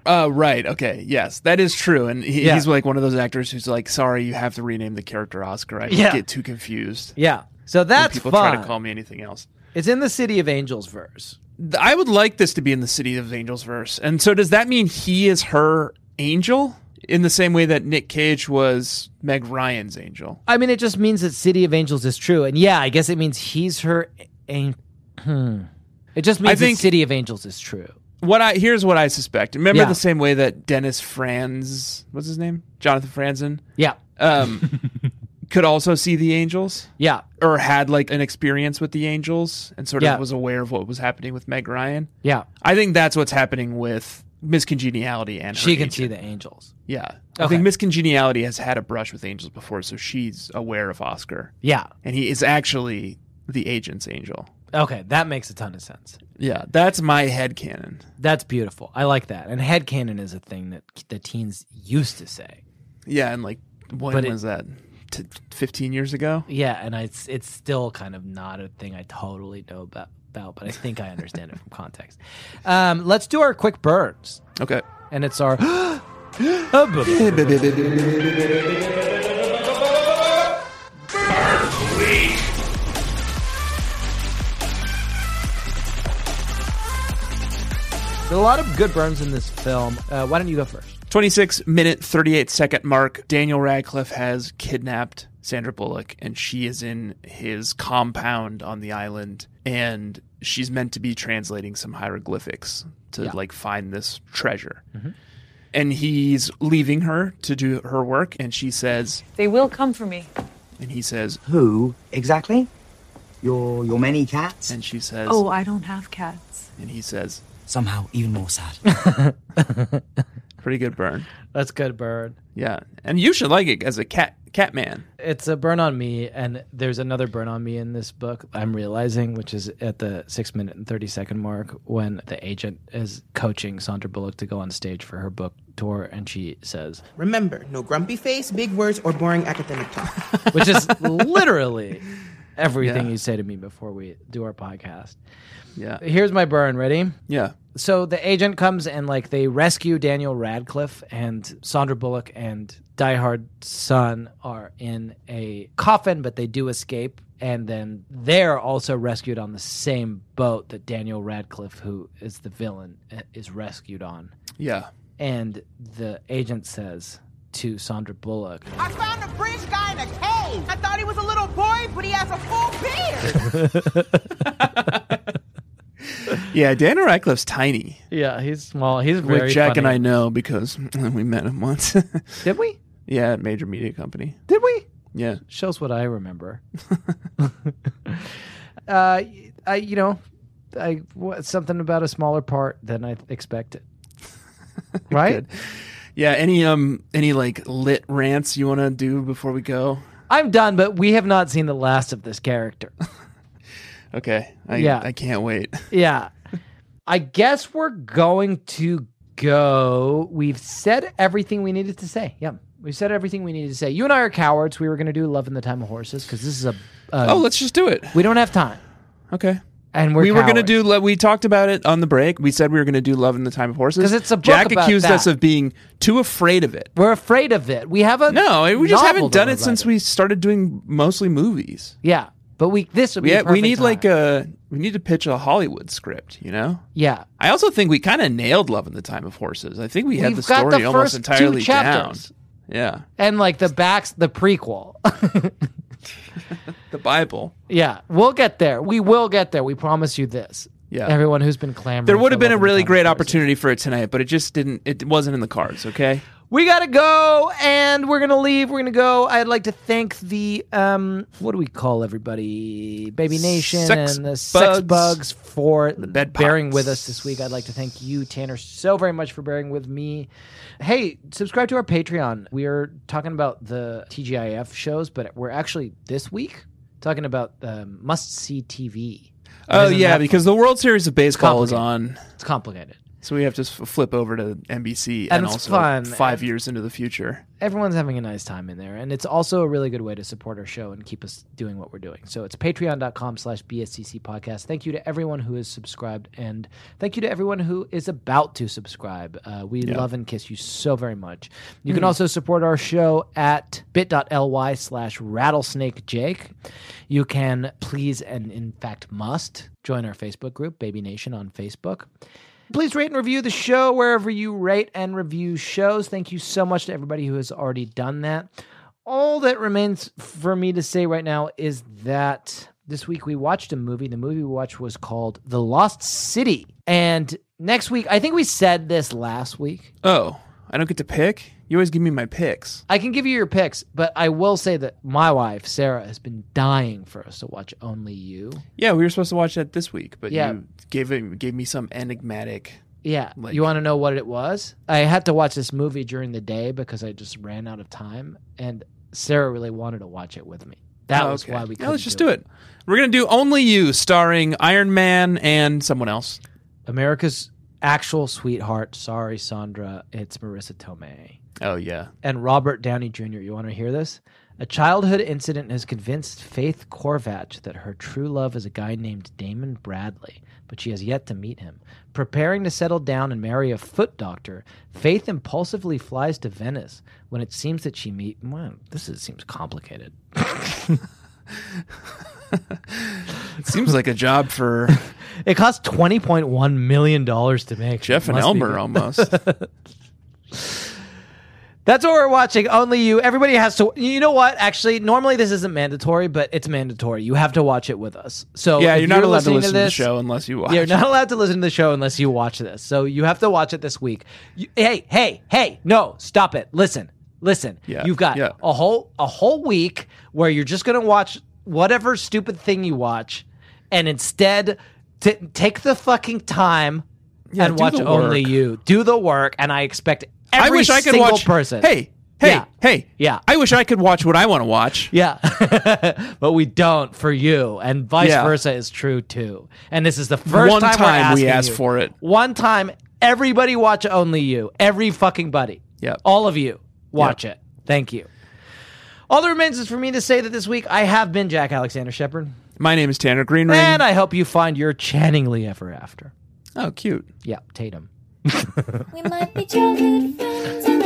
[SPEAKER 2] Uh, right. Okay. Yes, that is true. And he,
[SPEAKER 3] Yeah.
[SPEAKER 2] he's like one of those actors who's like, sorry, you have to rename the character Oscar. I
[SPEAKER 3] Yeah.
[SPEAKER 2] get too confused.
[SPEAKER 3] Yeah. So
[SPEAKER 2] when
[SPEAKER 3] that's
[SPEAKER 2] people
[SPEAKER 3] fun.
[SPEAKER 2] try to call me anything else.
[SPEAKER 3] It's in the City of Angels verse.
[SPEAKER 2] Th- I would like this to be in the City of Angels verse. And so does that mean he is her angel in the same way that Nick Cage was Meg Ryan's angel?
[SPEAKER 3] I mean, it just means that City of Angels is true. And yeah, I guess it means he's her. An- hmm. It just
[SPEAKER 2] I
[SPEAKER 3] means
[SPEAKER 2] think-
[SPEAKER 3] that City of Angels is true.
[SPEAKER 2] What I here's what I suspect. Remember
[SPEAKER 3] Yeah.
[SPEAKER 2] the same way that Dennis Franz, what's his name, Jonathan Franzen,
[SPEAKER 3] Yeah.
[SPEAKER 2] um, could also see the angels.
[SPEAKER 3] Yeah.
[SPEAKER 2] or had like an experience with the angels and sort
[SPEAKER 3] Yeah.
[SPEAKER 2] of was aware of what was happening with Meg Ryan.
[SPEAKER 3] Yeah.
[SPEAKER 2] I think that's what's happening with Miss Congeniality and her
[SPEAKER 3] She can
[SPEAKER 2] agent.
[SPEAKER 3] see the angels.
[SPEAKER 2] Yeah. I
[SPEAKER 3] Okay.
[SPEAKER 2] think Miss Congeniality has had a brush with angels before, so she's aware of Oscar.
[SPEAKER 3] Yeah.
[SPEAKER 2] And he is actually the agent's angel.
[SPEAKER 3] Okay. That makes a ton of sense.
[SPEAKER 2] Yeah. That's my head canon.
[SPEAKER 3] That's beautiful. I like that. And headcanon is a thing that the teens used to say.
[SPEAKER 2] Yeah. And like, when
[SPEAKER 3] But it-
[SPEAKER 2] was that? T- 15 years ago?
[SPEAKER 3] Yeah, and I, it's it's still kind of not a thing I totally know about, about but I think I understand it from context. Um, let's do our quick burns.
[SPEAKER 2] Okay.
[SPEAKER 3] And it's our There's a lot of good burns in this film. Uh, why don't you go first?
[SPEAKER 2] 26 minute 38 second mark daniel radcliffe has kidnapped sandra bullock and she is in his compound on the island and she's meant to be translating some hieroglyphics to
[SPEAKER 15] Yeah.
[SPEAKER 2] like find this treasure
[SPEAKER 15] Mhm.
[SPEAKER 2] and he's leaving her to do her work and she says
[SPEAKER 8] They will come for me.
[SPEAKER 2] and he says
[SPEAKER 5] who exactly your your many cats
[SPEAKER 2] and she says
[SPEAKER 8] Oh, I don't have cats.
[SPEAKER 2] and he says
[SPEAKER 5] somehow even more sad
[SPEAKER 2] pretty good burn
[SPEAKER 3] That's good burn.
[SPEAKER 2] yeah and you should like it as a cat cat man
[SPEAKER 3] It's a burn on me, and there's another burn on me in this book. I'm realizing, which is at the six minute and thirty second mark, when the agent is coaching Sandra Bullock to go on stage for her book tour, and she says,
[SPEAKER 12] Remember, no grumpy face, big words, or boring academic talk.
[SPEAKER 3] which is literally everything
[SPEAKER 12] Yeah.
[SPEAKER 3] you say to me before we do our podcast.
[SPEAKER 2] Yeah.
[SPEAKER 3] Here's my burn. Ready?
[SPEAKER 2] Yeah.
[SPEAKER 3] So the agent comes and like they rescue Daniel Radcliffe and Sandra Bullock and Die Hard's son are in a coffin, but they do escape. And then they're also rescued on the same boat that Daniel Radcliffe, who is the villain, uh, is rescued on.
[SPEAKER 2] yeah
[SPEAKER 3] And the agent says to Sandra Bullock,
[SPEAKER 16] I found a bridge guy in a cave. I thought he was a little boy, but he has a full beard.
[SPEAKER 2] yeah daniel radcliffe's tiny
[SPEAKER 3] Yeah, he's small. He's
[SPEAKER 2] Which
[SPEAKER 3] very
[SPEAKER 2] Jack and
[SPEAKER 3] funny.
[SPEAKER 2] I know because we met him once.
[SPEAKER 3] Did we?
[SPEAKER 2] Yeah, at Major Media Company.
[SPEAKER 3] Did we?
[SPEAKER 2] Yeah.
[SPEAKER 3] Shows what I remember. uh, I you know, I what, something about a smaller part than I expected. Right?
[SPEAKER 2] Yeah. Any um any like lit rants you want to do before we go?
[SPEAKER 3] I'm done, but we have not seen the last of this character.
[SPEAKER 2] Okay. I,
[SPEAKER 3] Yeah.
[SPEAKER 2] I can't wait.
[SPEAKER 3] yeah. I guess we're going to go. We've said everything we needed to say. Yeah. We said everything we needed to say. You and I are cowards. We were going to do Love in the Time of Horses because this is a. Uh,
[SPEAKER 2] oh, let's just do it.
[SPEAKER 3] We don't have time.
[SPEAKER 2] Okay.
[SPEAKER 3] And we're
[SPEAKER 2] we were gonna
[SPEAKER 3] cowards.
[SPEAKER 2] do. lo- We talked about it on the break. We said we were gonna do Love in the Time of Horses
[SPEAKER 3] 'Cause it's a book
[SPEAKER 2] Jack
[SPEAKER 3] about
[SPEAKER 2] accused
[SPEAKER 3] that.
[SPEAKER 2] us of being too afraid of it.
[SPEAKER 3] We're afraid of it. We have a
[SPEAKER 2] No, we just
[SPEAKER 3] novel
[SPEAKER 2] haven't done
[SPEAKER 3] to
[SPEAKER 2] it
[SPEAKER 3] write
[SPEAKER 2] since we started doing mostly movies.
[SPEAKER 3] Yeah, but we this would be
[SPEAKER 2] Yeah,
[SPEAKER 3] a
[SPEAKER 2] we
[SPEAKER 3] perfect
[SPEAKER 2] need
[SPEAKER 3] time.
[SPEAKER 2] like a we need to pitch a Hollywood script, you know?
[SPEAKER 3] Yeah.
[SPEAKER 2] I also think we kind of nailed Love in the Time of Horses. I think we had
[SPEAKER 3] We've
[SPEAKER 2] the
[SPEAKER 3] got the
[SPEAKER 2] story almost
[SPEAKER 3] first two
[SPEAKER 2] entirely down.
[SPEAKER 3] chapters.
[SPEAKER 2] Yeah,
[SPEAKER 3] and like the backs the prequel.
[SPEAKER 2] the Bible.
[SPEAKER 3] yeah, we'll get there. We will get there. We promise you this.
[SPEAKER 2] Yeah.
[SPEAKER 3] Everyone who's been clamoring.
[SPEAKER 2] There would
[SPEAKER 3] for
[SPEAKER 2] have been a
[SPEAKER 3] love and
[SPEAKER 2] really
[SPEAKER 3] comedy.
[SPEAKER 2] great opportunity for it tonight, but it just didn't. It wasn't in the cards. Okay.
[SPEAKER 3] We gotta go, and we're gonna leave. We're gonna go. I'd like to thank the um, what do we call everybody? Baby Nation
[SPEAKER 2] Sex
[SPEAKER 3] and the Sex
[SPEAKER 2] Bugs.
[SPEAKER 3] Bugs for
[SPEAKER 2] bed
[SPEAKER 3] bearing
[SPEAKER 2] pots.
[SPEAKER 3] with us this week. I'd like to thank you, Tanner, so very much for bearing with me. Hey, subscribe to our Patreon. We are talking about the TGIF shows, but we're actually this week talking about um, must see TV.
[SPEAKER 2] Oh
[SPEAKER 3] Isn't
[SPEAKER 2] yeah,
[SPEAKER 3] that-
[SPEAKER 2] because the World Series of Baseball is
[SPEAKER 3] complicated.
[SPEAKER 2] on,
[SPEAKER 3] it's complicated.
[SPEAKER 2] so we have to s- flip over to NBC
[SPEAKER 3] And
[SPEAKER 2] and,
[SPEAKER 3] it's
[SPEAKER 2] also
[SPEAKER 3] fun.
[SPEAKER 2] five years into the future.
[SPEAKER 3] everyone's having a nice time in there and it's also a really good way to support our show and keep us doing what we're doing so it's patreon.com slash bscc podcast thank you to everyone who is subscribed and thank you to everyone who is about to subscribe uh, we
[SPEAKER 13] Yeah.
[SPEAKER 3] love and kiss you so very much you can
[SPEAKER 13] Mm.
[SPEAKER 3] also support our show at bit.ly slash rattlesnake jake you can please and in fact must join our facebook group baby nation on facebook Please rate and review the show wherever you rate and review shows. Thank you so much to everybody who has already done that. All that remains for me to say right now is that this week we watched a movie. The movie we watched was called The Lost City. And next week, I think we said this last week.
[SPEAKER 2] Oh, I don't get to pick. You always give me my picks.
[SPEAKER 3] I can give you your picks, but I will say that my wife, Sarah, has been dying for us to watch Only You.
[SPEAKER 2] Yeah, we were supposed to watch that this week, but
[SPEAKER 3] Yeah.
[SPEAKER 2] you gave it gave me some enigmatic.
[SPEAKER 3] Yeah.
[SPEAKER 2] Like-
[SPEAKER 3] you want to know what it was? I had to watch this movie during the day because I just ran out of time, and Sarah really wanted to watch it with me. That
[SPEAKER 2] Oh,
[SPEAKER 3] was
[SPEAKER 2] okay.
[SPEAKER 3] why we.
[SPEAKER 2] Yeah,
[SPEAKER 3] couldn't
[SPEAKER 2] let's just do it. We're gonna do only you, starring Iron Man and someone else.
[SPEAKER 3] America's actual sweetheart. Sorry, Sandra. It's Marissa Tomei
[SPEAKER 2] Oh yeah.
[SPEAKER 3] and Robert Downey Jr. You want to hear this? A childhood incident has convinced Faith Corvatch that her true love is a guy named Damon Bradley, but she has yet to meet him. Preparing to settle down and marry a foot doctor, Faith impulsively flies to Venice when it seems that she meet. Wow, this is, seems complicated.
[SPEAKER 2] It seems like a job for
[SPEAKER 3] It cost twenty point one million dollars to make.
[SPEAKER 2] Jeff
[SPEAKER 3] It
[SPEAKER 2] and
[SPEAKER 3] must be
[SPEAKER 2] Elmer
[SPEAKER 3] good.
[SPEAKER 2] almost.
[SPEAKER 3] That's what we're watching. Only you. Everybody has to. You know what? Actually, normally this isn't mandatory, but it's mandatory. You have to watch it with us. So
[SPEAKER 2] yeah,
[SPEAKER 3] if
[SPEAKER 2] you're not allowed to
[SPEAKER 3] listening
[SPEAKER 2] listen to, the
[SPEAKER 3] this-
[SPEAKER 2] show unless you watch.
[SPEAKER 3] You're not allowed to listen to the show unless you watch this. So you have to watch it this week. You- hey, hey, hey! No, stop it. Listen, listen.
[SPEAKER 2] Yeah,
[SPEAKER 3] You've got
[SPEAKER 2] yeah.
[SPEAKER 3] a whole a whole week where you're just gonna watch whatever stupid thing you watch, and instead t- take the fucking time
[SPEAKER 2] Yeah,
[SPEAKER 3] and
[SPEAKER 2] do
[SPEAKER 3] watch
[SPEAKER 2] the
[SPEAKER 3] only
[SPEAKER 2] work.
[SPEAKER 3] you. Do the work, and I expect every
[SPEAKER 2] I wish I could
[SPEAKER 3] single
[SPEAKER 2] watch.
[SPEAKER 3] person.
[SPEAKER 2] Hey, hey,
[SPEAKER 3] Yeah.
[SPEAKER 2] hey.
[SPEAKER 3] Yeah.
[SPEAKER 2] I wish I could watch what I want to watch.
[SPEAKER 3] Yeah. but we don't for you, and vice
[SPEAKER 2] Yeah.
[SPEAKER 3] versa is true too. And this is the first
[SPEAKER 2] One
[SPEAKER 3] time, we're
[SPEAKER 2] time we
[SPEAKER 3] asking
[SPEAKER 2] asked
[SPEAKER 3] you.
[SPEAKER 2] for it.
[SPEAKER 3] One time, everybody watch only you. Every fucking buddy.
[SPEAKER 2] Yeah.
[SPEAKER 3] All of you watch it. Thank you. All that remains is for me to say that this week I have been Jack Alexander Shepard,
[SPEAKER 2] My name is Tanner Greenring.
[SPEAKER 3] and I hope you find your Channingly ever after.
[SPEAKER 2] oh, cute.
[SPEAKER 3] Yeah, Tatum.
[SPEAKER 1] We might be childhood friends and